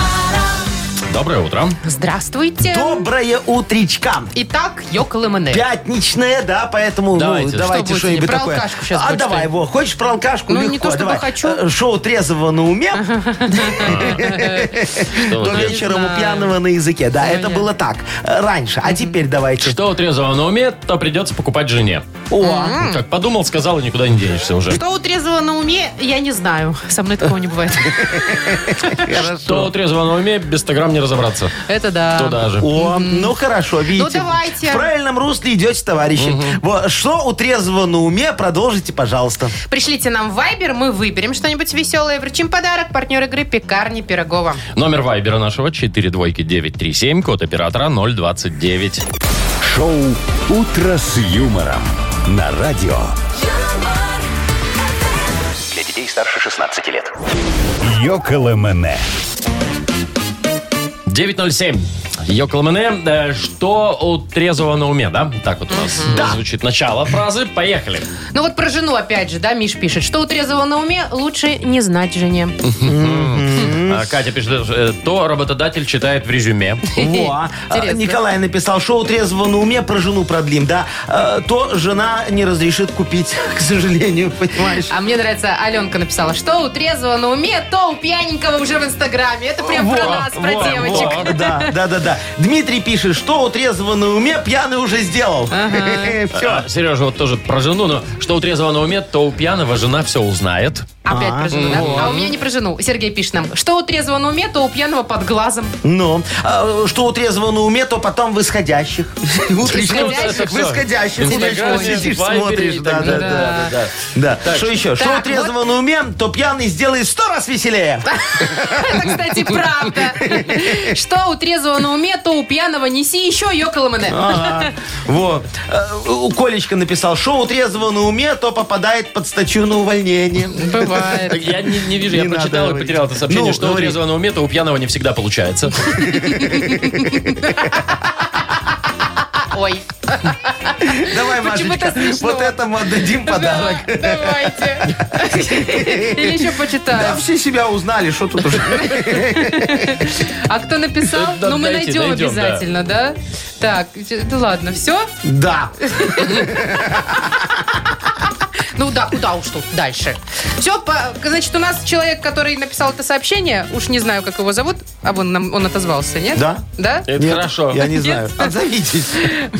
B: Доброе утро.
C: Здравствуйте.
D: Доброе утречка.
C: Итак, Йокол и Менель.
D: Пятничное, да, поэтому ну,
B: Давайте,
D: давайте,
C: что будете?
D: что-нибудь
C: Про
D: такое.
C: алкашку щас
D: а
C: почитаем.
D: давай, во, хочешь про алкашку?
C: Ну, не
D: Легко,
C: то чтобы
D: давай.
C: хочу.
D: Э, Шоу трезвого на уме,
B: Что
D: до
B: вот я-
D: вечера
C: Не
D: у
C: знаю.
D: пьяного на языке. Да, это было так. э, Раньше. А теперь давайте.
B: Что у трезвого на уме, то придется покупать жене.
D: О,
B: Ну, Как подумал, сказал, и никуда не денешься уже.
C: Что у трезвого на уме, я не знаю. Со мной такого не бывает.
B: Что у трезвого на уме, без 100 грамм не разобраться.
C: Это да.
B: Туда же.
D: О, ну хорошо, видите.
C: давайте.
D: В правильном русле идете, товарищи. Во, Что у трезвого на уме, продолжите, пожалуйста.
C: Пришлите нам в Viber, мы выберем что-нибудь веселое, вручим подарок. Партнер игры «Пекарни Пирогова».
B: Номер вайбера нашего 42937, код оператора 029.
A: Шоу «Утро с юмором» на радио.
E: Для детей старше 16 лет.
A: Йоколэмэне.
B: 907. Йоколмене, э, что у трезвого на уме, да? Так вот у нас звучит начало фразы. Поехали.
C: Ну вот про жену опять же, да, Миш пишет. Что у трезвого на уме, лучше не знать жене.
B: А Катя пишет, э, то работодатель читает в резюме.
D: Во. А,
C: Интересно.
D: Николай написал, что у трезвого на уме про жену продлим, да? Э, То жена не разрешит купить, к сожалению, понимаешь?
C: А мне нравится, Аленка написала, что у трезвого на уме, то у пьяненького уже в Инстаграме. Это прям про
B: Во,
C: нас, про
B: во,
C: девочек.
B: во.
D: Да, да, да, да. Дмитрий пишет, что у трезвого на уме пьяный уже сделал. Все.
B: А, Сережа вот тоже про жену, но что у трезвого на уме, то у пьяного жена все узнает.
C: Опять про жену, да? А у меня не про жену. Сергей пишет нам, что у трезвого на уме, то у пьяного под глазом.
D: Ну, а, что у трезвого на уме, то потом в исходящих. Утречных,
C: Исходящих?
D: В исходящих.
B: В Инстаграме,
D: конечно, сидишь,
B: в Вайбере
D: смотришь.
B: и так
D: Да, да,
B: далее.
D: да, да, да. Да. Что еще? Что у
C: Так,
D: трезвого на уме, то пьяный сделает сто раз веселее.
C: Это, кстати, правда. Что у трезвого на уме, то у пьяного неси еще
B: А.
C: йоколомане.
D: Ага. Вот. Э, у Колечка написал, что у трезвого на уме, а то попадает под статью на увольнение.
B: Так
C: Бывает.
B: Я не, не вижу, я
D: Не надо
B: прочитал и
D: говорить.
B: потерял это сообщение,
D: Ну,
B: что
D: говори.
B: у трезвого на уме, то у пьяного не всегда получается.
C: Ой.
D: Давай,
C: Почему-то
D: Машечка,
C: смешно.
D: вот этому отдадим подарок.
C: Да, давайте. Или еще
D: Да,
C: почитаем.
D: все себя узнали, что тут уже.
C: А кто написал?
B: Да,
C: Ну, мы
B: дайте,
C: найдем
B: найдем, да.
C: обязательно, да? Так, ну ладно, все?
D: Да.
C: Ну да, куда уж тут дальше. Все, значит, у нас человек, который написал это сообщение, уж не знаю, как его зовут, а вон нам- он отозвался, нет?
D: Да.
C: Да?
B: Это
D: Нет,
B: хорошо.
D: Я не знаю. Отзовитесь.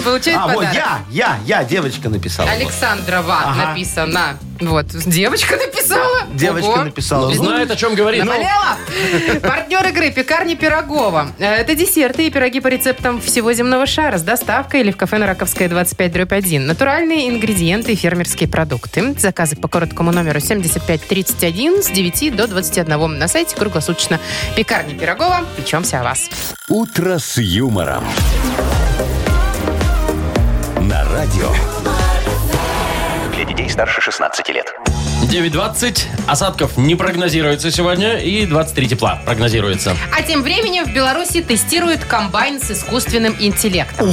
C: Получает
D: А, вот
C: подарок.
D: я, я, я, девочка написала.
C: Александрова
D: Ага.
C: написано. Вот, девочка написала.
D: Девочка
C: Ого.
D: написала. Ну,
B: Знает, о чем говорит. Ну,
C: Заболела? Партнер игры «Пекарни Пирогова». Э, Это десерты и пироги по рецептам всего земного шара с доставкой или в кафе на Раковской 25-1. Натуральные ингредиенты и фермерские продукты. Заказы по короткому номеру 7531 с 9 до 21 на сайте круглосуточно. «Пекарни Пирогова». Печемся о вас.
A: «Утро с юмором». На радио.
E: Для детей старше 16 лет.
B: 9.20. Осадков не прогнозируется сегодня. И 23 тепла прогнозируется.
C: А тем временем в Беларуси тестируют комбайн с искусственным интеллектом.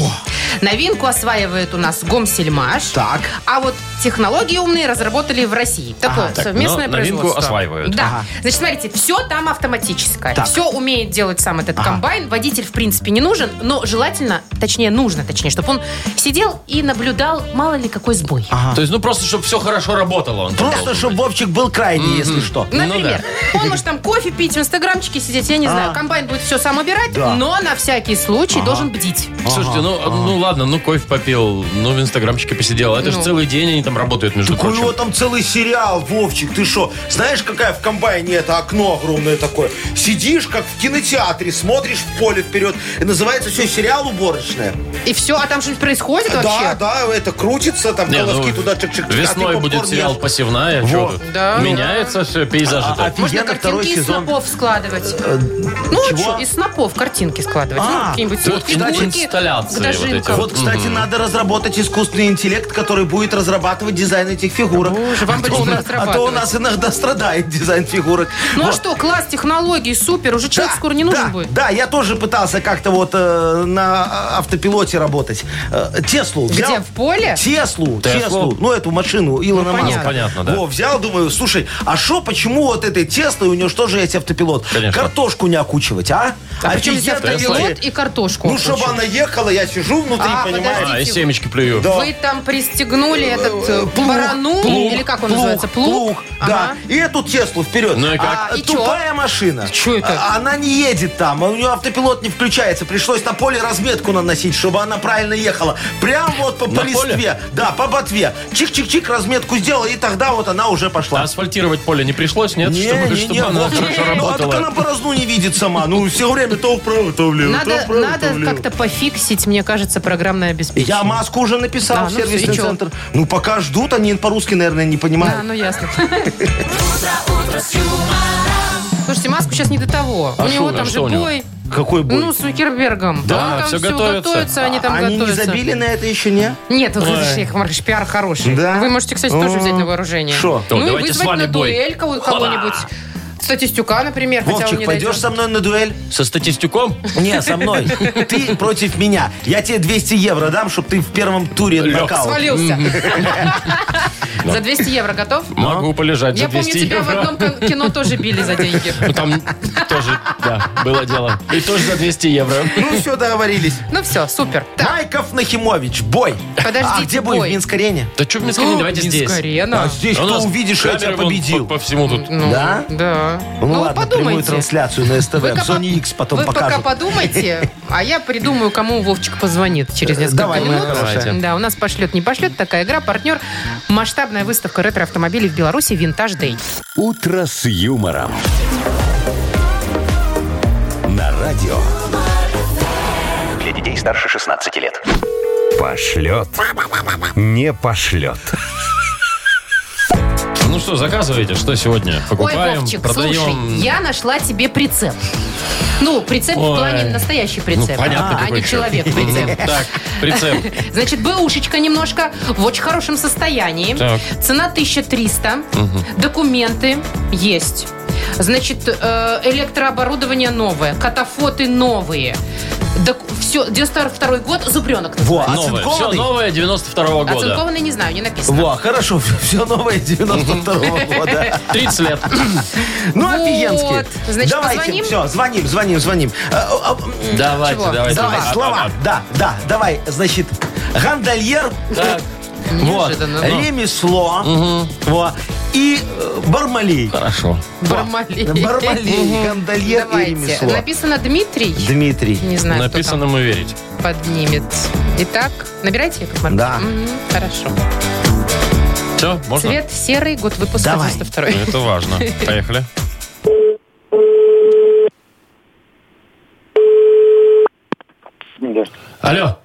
C: Новинку осваивает у нас Гомсельмаш.
D: Так.
C: А вот технологии умные разработали в России. Такое
D: Ага, ну,
B: так,
C: совместное
B: но новинку
C: производство.
B: осваивают.
C: Да.
D: Ага.
C: Значит, смотрите, все там автоматическое.
D: Так.
C: Все умеет делать сам этот комбайн. Водитель, в принципе, не нужен, но желательно, точнее, нужно, точнее, чтобы он сидел и наблюдал, мало ли какой сбой.
D: А,
B: То есть, ну просто, чтобы все хорошо работало. он там
D: Просто,
B: должен
D: чтобы Вовчик был крайний, если что.
B: Ну
C: Например, он может там кофе пить, в инстаграмчике сидеть, я не знаю. Комбайн будет все сам убирать,
D: А. Да.
C: но на всякий случай должен бдить.
B: быть. Слушайте, ну, ну ладно, ну кофе попил, ну в инстаграмчике посидел. Это
C: Ну.
B: же целый день они там работают, между
D: Так у
B: прочим.
D: него там целый сериал, Вовчик, ты что? Знаешь, какая в комбайне это окно огромное такое? Сидишь, как в кинотеатре, смотришь в поле вперед. И называется все сериал уборочная.
C: И все, а там что-нибудь происходит
D: Да,
C: вообще?
D: да, это крутится, там
B: Не, ну,
D: колоски туда чик-чик-чик. а ты
B: весной
D: попкорн
B: будет
D: ешь.
B: сериал «Посевная». чё
D: Во. А,
B: тут?
C: Да.
B: Меняется все, пейзажи то
C: Можно
D: Офигенно, второй
C: картинки из
D: сезон. Э,
C: снопов складывать. Ну,
D: чего?
C: чё, из снопов картинки складывать. Ну,
D: А,
C: какие-нибудь
B: вот, кстати, инсталляции вот эти
C: дожинкам.
D: Вот, кстати, надо разработать искусственный интеллект, который будет разрабатывать дизайн этих фигурок.
C: Боже, вам
D: а, то
C: будет
D: у нас-
C: разрабатывать.
D: а то у нас иногда страдает дизайн фигурок.
C: Ну а
D: Вот.
C: что, класс технологий, супер, уже человек
D: Да,
C: скоро не нужен
D: да,
C: будет.
D: Да, я тоже пытался как-то вот э, на автопилоте работать. Э, Теслу
C: Где,
D: взял.
C: в поле?
D: Теслу,
B: Теслу?
D: Теслу, Ну, эту машину Илона
C: понятно.
D: Маска.
B: Ну, понятно, да.
D: Во, взял, думаю, слушай, а что, почему вот этой Теслой, у нее же тоже есть автопилот,
B: Конечно.
D: картошку не окучивать, а?
C: А причем здесь
D: офигенно
C: автопилот
D: делает.
C: и картошку.
D: Ну, чтобы
C: окучивать.
D: она ехала, я сижу внутри,
C: А,
D: понимаешь?
B: А, и
C: Подождите.
B: семечки плюю.
D: Да.
C: Вы там пристегнули этот э,
D: Плуг,
C: барану,
D: плуг,
C: или как он
D: плуг,
C: называется, плуг?
D: Да.
C: Ага.
D: И эту Теслу вперед.
B: Ну и как?
D: А,
C: И чё?
D: тупая машина.
C: Чё это?
D: А, Она не едет там, а у нее автопилот не включается. Пришлось на поле разметку наносить, чтобы она правильно ехала. Прям вот по, по
B: На
D: листве.
B: поле?
D: Да, по ботве. Чик-чик-чик разметку сделала, и тогда вот она уже пошла.
B: А Асфальтировать поле не пришлось, нет?
D: Не,
B: чтобы
D: не,
B: чтобы
D: не,
B: она
D: вот.
B: хорошо
D: Ну, а так она
B: работала.
D: борозну не видит сама. Ну, все время то вправо, то влево, то
C: Надо,
D: вправо, то
C: надо
D: влево.
C: как-то пофиксить, мне кажется, программное обеспечение.
D: Я маску уже написал
C: Да,
D: в
C: ну всё,
D: сервисный
C: и чё?
D: центр. Ну, пока ждут, они по-русски, наверное, не понимают.
C: Да, ну ясно. Слушайте, маску сейчас не до того. у него
B: шо, а
C: там же
B: что у него?
C: бой.
D: Какой бой?
C: Ну, с Сукербергом.
B: Да,
C: Он там
B: всё
C: всё
B: готовится.
C: готовится, они там
D: А Они не
C: готовятся.
D: забили на это еще, не?
C: Нет, вот видишь, их Марш, пиар хороший.
D: Да?
C: Вы можете, кстати, тоже
D: О,
C: взять на вооружение.
D: шо?
B: Ну,
C: Ну, и
B: давайте с
C: вызвать
B: вами
C: на
B: бой.
C: дуэль кого- кого-нибудь. Статистюка, например, хотя он
D: Вовчик,
C: не
D: пойдешь
C: дойдет.
D: со мной на дуэль?
B: Со статистиком?
D: Не, со мной. Ты против меня. Я тебе 200 евро дам, чтобы ты в первом туре
B: Лёг.
D: нокаут.
C: Свалился. За 200 евро готов?
B: Могу полежать за
C: Ну, Я помню,
B: 200
C: тебя в
B: евро.
C: одном кон- кино тоже били за деньги.
B: Ну, там тоже, да, было дело. И тоже за 200 евро.
D: Ну все, договорились.
C: Ну все, супер. Так,
D: Майков Нахимович, бой.
C: Подождите,
D: А где бой?
C: бой.
D: В Минск-арене?
B: Да что в Минске не, давайте
C: Минск
B: здесь.
C: Арена.
D: А здесь
B: А у
D: кто
B: нас
D: увидишь, я
B: камеры
D: тебя
B: вон
D: победил.
B: По, по всему тут.
C: Ну,
D: Да?
C: Да.
D: Ну, ладно, прямую трансляцию на СТВ,
C: Вы
D: в
C: пока-
D: Sony X потом
C: вы пока
D: покажут.
C: подумайте, а я придумаю, кому Вовчик позвонит через несколько
D: Давай,
C: минут.
D: моя хорошая.
B: Давайте.
C: Да, у нас пошлет, не пошлет такая игра. Партнер масштабная выставка ретро-автомобилей в Беларуси «Винтаж Дэй».
A: «Утро с юмором». На радио.
E: Для детей старше 16 лет.
H: Пошлет. Не пошлет.
B: Ну что, заказывайте, что сегодня?
C: Ой,
B: Покупаем,
C: Вовчик,
B: продаем.
C: слушай, я нашла тебе прицеп. Ну, прицеп
B: Ой.
C: в плане настоящий
B: Ну,
C: прицеп,
B: понятно,
C: а
B: какой
C: не
B: еще.
C: человек-прицеп.
B: Так, прицеп.
C: Значит, бэушечка немножко в очень хорошем состоянии.
B: Так.
C: Цена 1300. Документы есть. Значит, э, электрооборудование новое, катафоты новые. Так все, 92 год, зубренок
D: Во,
C: называется.
B: Новое. Все
D: А оцинкованный?
B: новое 92 года.
C: Оцинкованный не знаю, не написано.
D: Во, хорошо, все новое 92 года.
B: 30 лет.
D: Ну,
C: Вот,
D: офигенски.
C: значит,
D: Давайте,
C: позвоним?
D: все, звоним, звоним, звоним. А, а, м,
B: Давайте,
C: Чего?
B: давайте.
D: Давай,
B: А,
D: слова.
B: а, а.
D: Да, да, давай. Значит, гондольер,
B: Так, Вот.
C: Неожиданно.
B: ну.
D: ремесло во, и э, бармалей.
B: Хорошо.
C: Бармалей.
D: Бармалей, гондольер и
C: Давайте.
D: ремесло.
C: Написано Дмитрий.
D: Дмитрий.
C: Не знаю,
B: Написано
C: кто
B: мы верить.
C: там поднимет. Итак, набирайте, Яков Маркович?
D: Да.
C: Мгм, хорошо.
B: Все, можно?
C: Цвет серый, год выпуска
D: Давай.
C: 92
B: Это важно. Поехали.
F: Да,
B: Алло,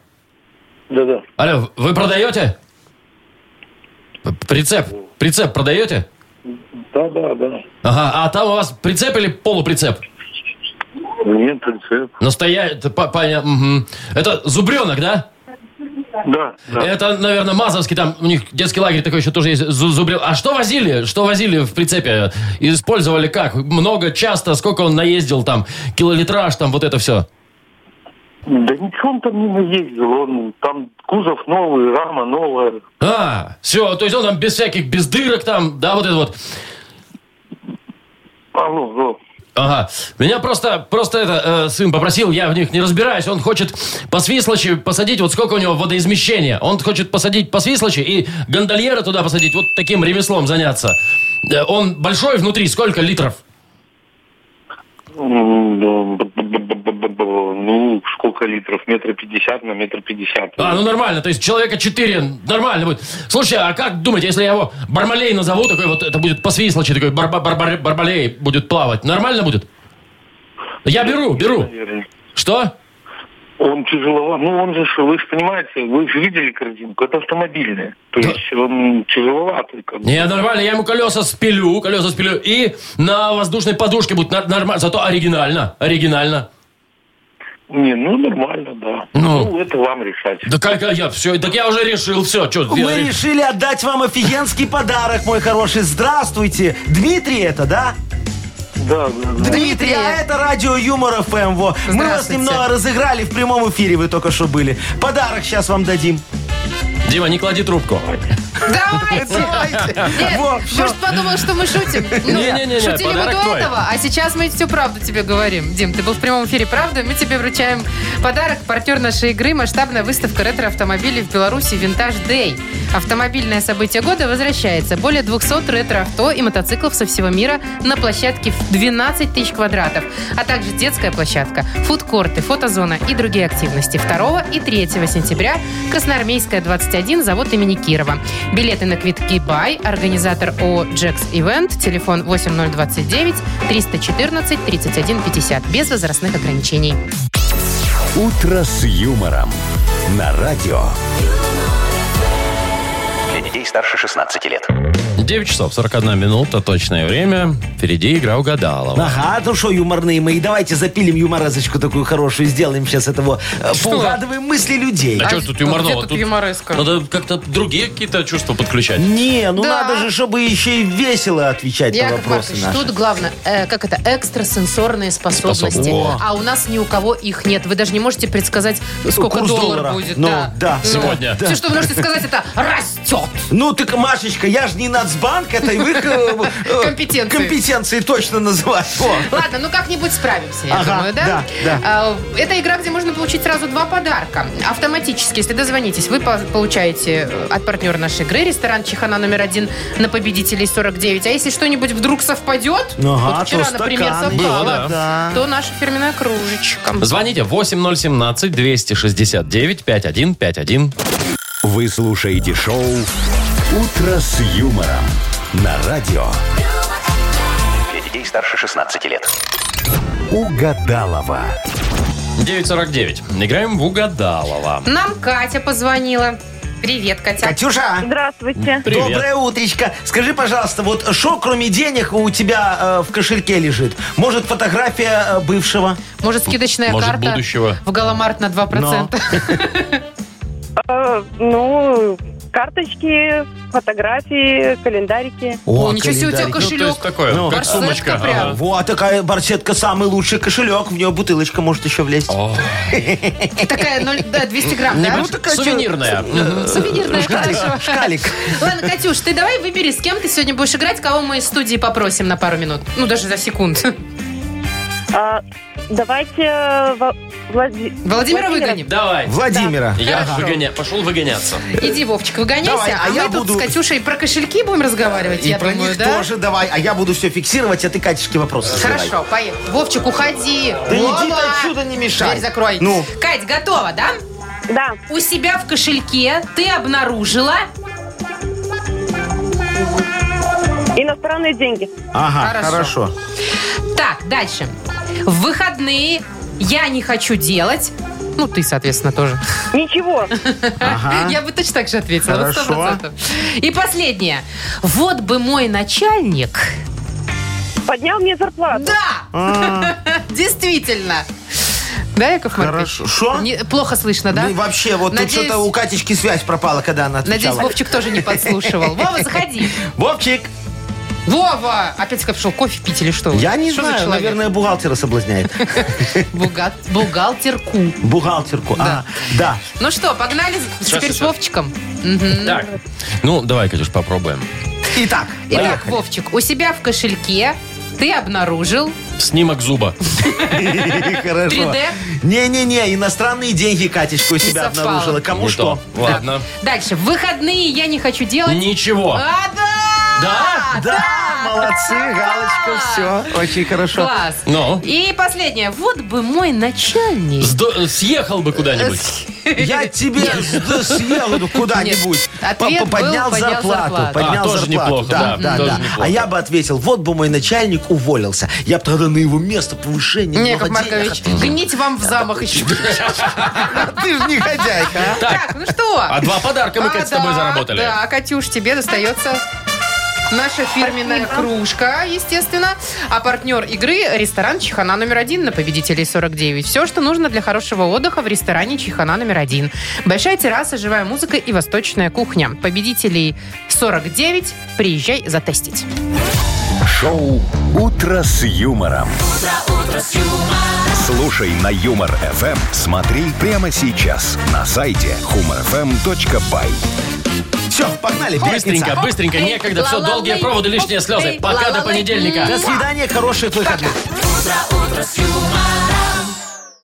F: да, да.
B: алло, вы продаете? П- Прицеп, прицеп продаете?
F: Да, да, да.
B: Ага, а там у вас прицеп или полуприцеп?
F: Нет, принцип.
B: Настоящий, Это зубренок, да?
F: Да, да.
B: Это, наверное, Мазовский, там у них детский лагерь такой еще тоже есть, зу- зубрил. А что возили? Что возили в прицепе? Использовали как? Много, часто? Сколько он наездил там? Килолитраж там, вот это все?
F: Да ничего он там не наездил. Он, там кузов новый, рама новая.
B: А, все, то есть он там без всяких, без дырок там, да, вот это вот.
F: Алло, алло.
B: Ага. Меня просто, просто это, э, сын попросил, я в них не разбираюсь. Он хочет по свислочи посадить, вот сколько у него водоизмещения. Он хочет посадить по свислочи и гондольера туда посадить, вот таким ремеслом заняться. Э, Он большой внутри, сколько литров?
F: М, да, б-б-б-б-б-б. Ну, сколько литров? Метр пятьдесят на метр пятьдесят.
B: А, ну нормально, то есть человека 4, нормально будет. Слушай, а как думаете, если я его Бармалей назову, такой вот, это будет по свислочи, такой барба- барбар- Барбалей будет плавать, нормально будет? Я беру, беру.
F: Наверное.
B: Что?
F: Он тяжеловат. Ну, он же, ж, вы же понимаете, вы же видели корзинку, это автомобильная. То
B: Да.
F: есть он тяжеловатый. Как бы.
B: Не, нормально, я ему колеса спилю, колеса спилю, и на воздушной подушке будет нар- нормально, зато оригинально, оригинально.
F: Не, ну, нормально, да.
B: Ну.
F: Ну, это вам решать.
B: Да как я, все, так я уже решил, все, что,
D: Мы решили отдать вам офигенский подарок, мой хороший. Здравствуйте. Дмитрий это, да?
F: Да, да, да.
D: Дмитрий, а это радио Юмор ФМ. Во. Мы вас
C: Здравствуйте.
D: немного разыграли в прямом эфире, вы только что были. Подарок сейчас вам дадим.
B: Дима, не клади трубку.
C: Давайте! Нет, ну
D: Во, всё.
C: Может, подумал, что мы шутим? Ну,
B: Не-не-не,
C: Шутили мы
B: подарок
C: до
B: твой.
C: этого, а сейчас мы всю правду тебе говорим. Дим, ты был в прямом эфире «Правда», мы тебе вручаем подарок. Партнер нашей игры – масштабная выставка ретро-автомобилей в Беларуси «Винтаж Дэй». Автомобильное событие года возвращается. Более 200 ретро-авто и мотоциклов со всего мира на площадке в 12 тысяч квадратов, а также детская площадка, фудкорты, фотозона и другие активности. 2 и 3 сентября Красноармейская, 21, завод имени Кирова. Билеты на квитки «Бай», организатор ООО «Джекс Ивент», телефон 8029 314 3150, без возрастных ограничений.
A: «Утро с юмором» на радио.
E: Для детей старше 16 лет.
B: 9 часов 41 минута, точное время. Впереди игра угадала.
D: Ага, ну что, юморные мои, давайте запилим юморезочку такую хорошую, сделаем сейчас этого, э,
B: Что?
D: поугадываем мысли людей.
B: А,
C: А
B: что
C: где
B: тут юморного?
C: тут юмореска?
B: Надо как-то другие какие-то чувства подключать.
D: Не, ну
C: Да.
D: надо же, чтобы еще и весело отвечать на
C: Яков
D: вопросы
C: Маркович,
D: наши.
C: тут главное, э, как это, экстрасенсорные способности.
B: Способ- О.
C: А у нас ни у кого их нет. Вы даже не можете предсказать, сколько
D: Курс
C: доллар
D: доллара.
C: будет.
D: Ну,
C: да.
D: да.
B: Сегодня.
C: Все, что вы можете сказать, это растет.
D: Ну, так, Машечка, я же не Нацбанк, это их э, э,
C: Компетенции.
D: компетенции точно называть. Во.
C: Ладно, ну как-нибудь справимся, я
D: Ага,
C: думаю, да?
D: да, да.
C: А, Это игра, где можно получить сразу два подарка. Автоматически, если дозвонитесь, вы по- получаете э, от партнера нашей игры ресторан Чехана номер один на победителей 49. А если что-нибудь вдруг совпадет,
D: Ага,
C: вот вчера,
D: то
C: например,
D: стакан.
C: совпало,
B: Было,
D: да.
C: то наша фирменная кружечка.
B: Звоните 8017-269-5151.
A: Вы слушаете шоу «Утро с юмором» на радио.
E: Для детей старше 16 лет.
A: Угадалова.
B: 949. Играем в угадалово.
C: Нам Катя позвонила. Привет, Катя.
D: Катюша,
G: Здравствуйте.
B: Привет.
D: доброе утречко. Скажи, пожалуйста, вот что кроме денег у тебя э, в кошельке лежит? Может, фотография э, бывшего?
C: Может, скидочная
B: Может,
C: Э, карта
B: будущего.
C: в Галамарт на 2%?
G: Э, ну, Карточки, фотографии, календарики.
D: О,
C: О, ничего себе, у тебя
D: календарик.
B: Ну, то
C: кошелек.
B: есть такое,
D: Ну,
B: как
C: барсетка
B: сумочка.
C: прям.
B: ага.
D: Во, а такая барсетка самый лучший кошелек. В нее бутылочка может еще влезть.
B: О,
C: Такая ноль- да, 200 грамм,
B: не
C: да?
B: будет
D: Э,
B: Сувенирная.
C: а Мгм. Сувенирная,
D: Шкалик,
C: хорошо.
D: шкалик.
C: Ладно, Катюш, ты давай выбери, с кем ты сегодня будешь играть, кого мы из студии попросим на пару минут. Ну, даже за секунд.
G: А, давайте э, Во- Влади-
C: Владимира выгоним.
B: Давай.
D: Владимира.
B: Я
C: Хорошо.
B: выгоня- пошел выгоняться.
C: Иди, Вовчик, выгоняйся,
D: Давай, а
C: а, мы
D: я
C: тут
D: буду-
C: с Катюшей про кошельки будем разговаривать,
D: И
C: я
D: про
C: думаю,
D: них
C: да?
D: тоже давай. А я буду все фиксировать, а ты Катюшке вопросы задавай.
C: Хорошо, поехали. Вовчик, уходи.
D: Да иди ты
C: Вова!
D: отсюда, не мешай.
C: Дверь закрой.
D: Ну.
C: Кать, готова, да?
G: Да,
C: У себя в кошельке ты обнаружила...
G: иностранные деньги.
D: Ага,
C: Хорошо.
D: хорошо.
C: Так, дальше. В выходные я не хочу делать... Ну, ты, соответственно, тоже.
G: Ничего.
D: Ага.
C: Э, Я бы точно так же ответила. вот
D: Хорошо.
C: 100%. И последнее. Вот бы мой начальник...
G: Поднял мне зарплату.
C: Да! Действительно. Да, Яков Маркович?
D: А. Хорошо. Шо?
C: Не- Плохо слышно, да?
D: Ну и вообще, вот
C: Надеюсь-
D: тут что-то у Катечки связь пропала, когда она
C: Надеюсь,
D: отвечала.
C: Вовчик тоже не подслушивал. Вова, заходи.
D: Вовчик,
C: Вова! Опять как пошел кофе пить или что?
D: я не
C: Что за
D: знаю,
C: человек?
D: наверное, бухгалтера соблазняет.
C: Бугат- Бухгалтерку.
D: Бухгалтерку.
C: Да.
D: А, да.
C: Ну что, погнали с-
B: Сейчас,
C: теперь с
B: сейчас.
C: Вовчиком? Мгм.
B: Так. Ну, давай, Катюш, попробуем.
D: Итак,
C: Итак, Вовчик, у себя в кошельке ты обнаружил
B: Снимок зуба.
D: хорошо.
C: 3D.
D: Не-не-не, иностранные деньги Катечка у себя
C: совпало.
D: обнаружила. Кому
B: Не
D: что?
B: то. Ладно.
C: Дальше. В выходные я не хочу делать...
B: Ничего.
C: А, да!
B: Да?
C: А,
D: Да, молодцы, галочка, все. Очень хорошо.
C: Класс.
B: Ну?
C: И последнее. Вот бы мой начальник...
B: Сдо- Съехал бы куда-нибудь.
D: Я тебе с- съел эту куда-нибудь.
C: Нет. Ответ
D: П-
C: был,
D: п-
C: поднял зарплату.
B: А,
D: Поднял
B: тоже
D: зарплату.
B: неплохо, да, тоже неплохо.
D: А я бы ответил, вот бы мой начальник уволился. Я бы тогда на его место повышение
C: Яков
D: много денег
C: Маркович, гнить вам в замах еще.
D: отдал. Ты же негодяйка,
C: Так, ну что?
B: А два подарка мы, Кать, с тобой
C: А, да,
B: заработали.
C: Да, Катюш, тебе достается наша фирменная кружка, естественно. А партнер игры – ресторан «Чехана номер один» на «Победителей 49». Все, что нужно для хорошего отдыха в ресторане «Чехана номер один». Большая терраса, живая музыка и восточная кухня. «Победителей 49» приезжай затестить.
A: Шоу «Утро с юмором». Слушай на Юмор ФМ, смотри прямо сейчас на сайте humorfm.by.
D: а? Все, погнали,
B: Быстренько,
D: пятница.
B: быстренько, некогда. Все, долгие проводы, лишние слезы. Пока до понедельника.
D: До свидания, хороших выходных.
I: Утро, утро с юмором.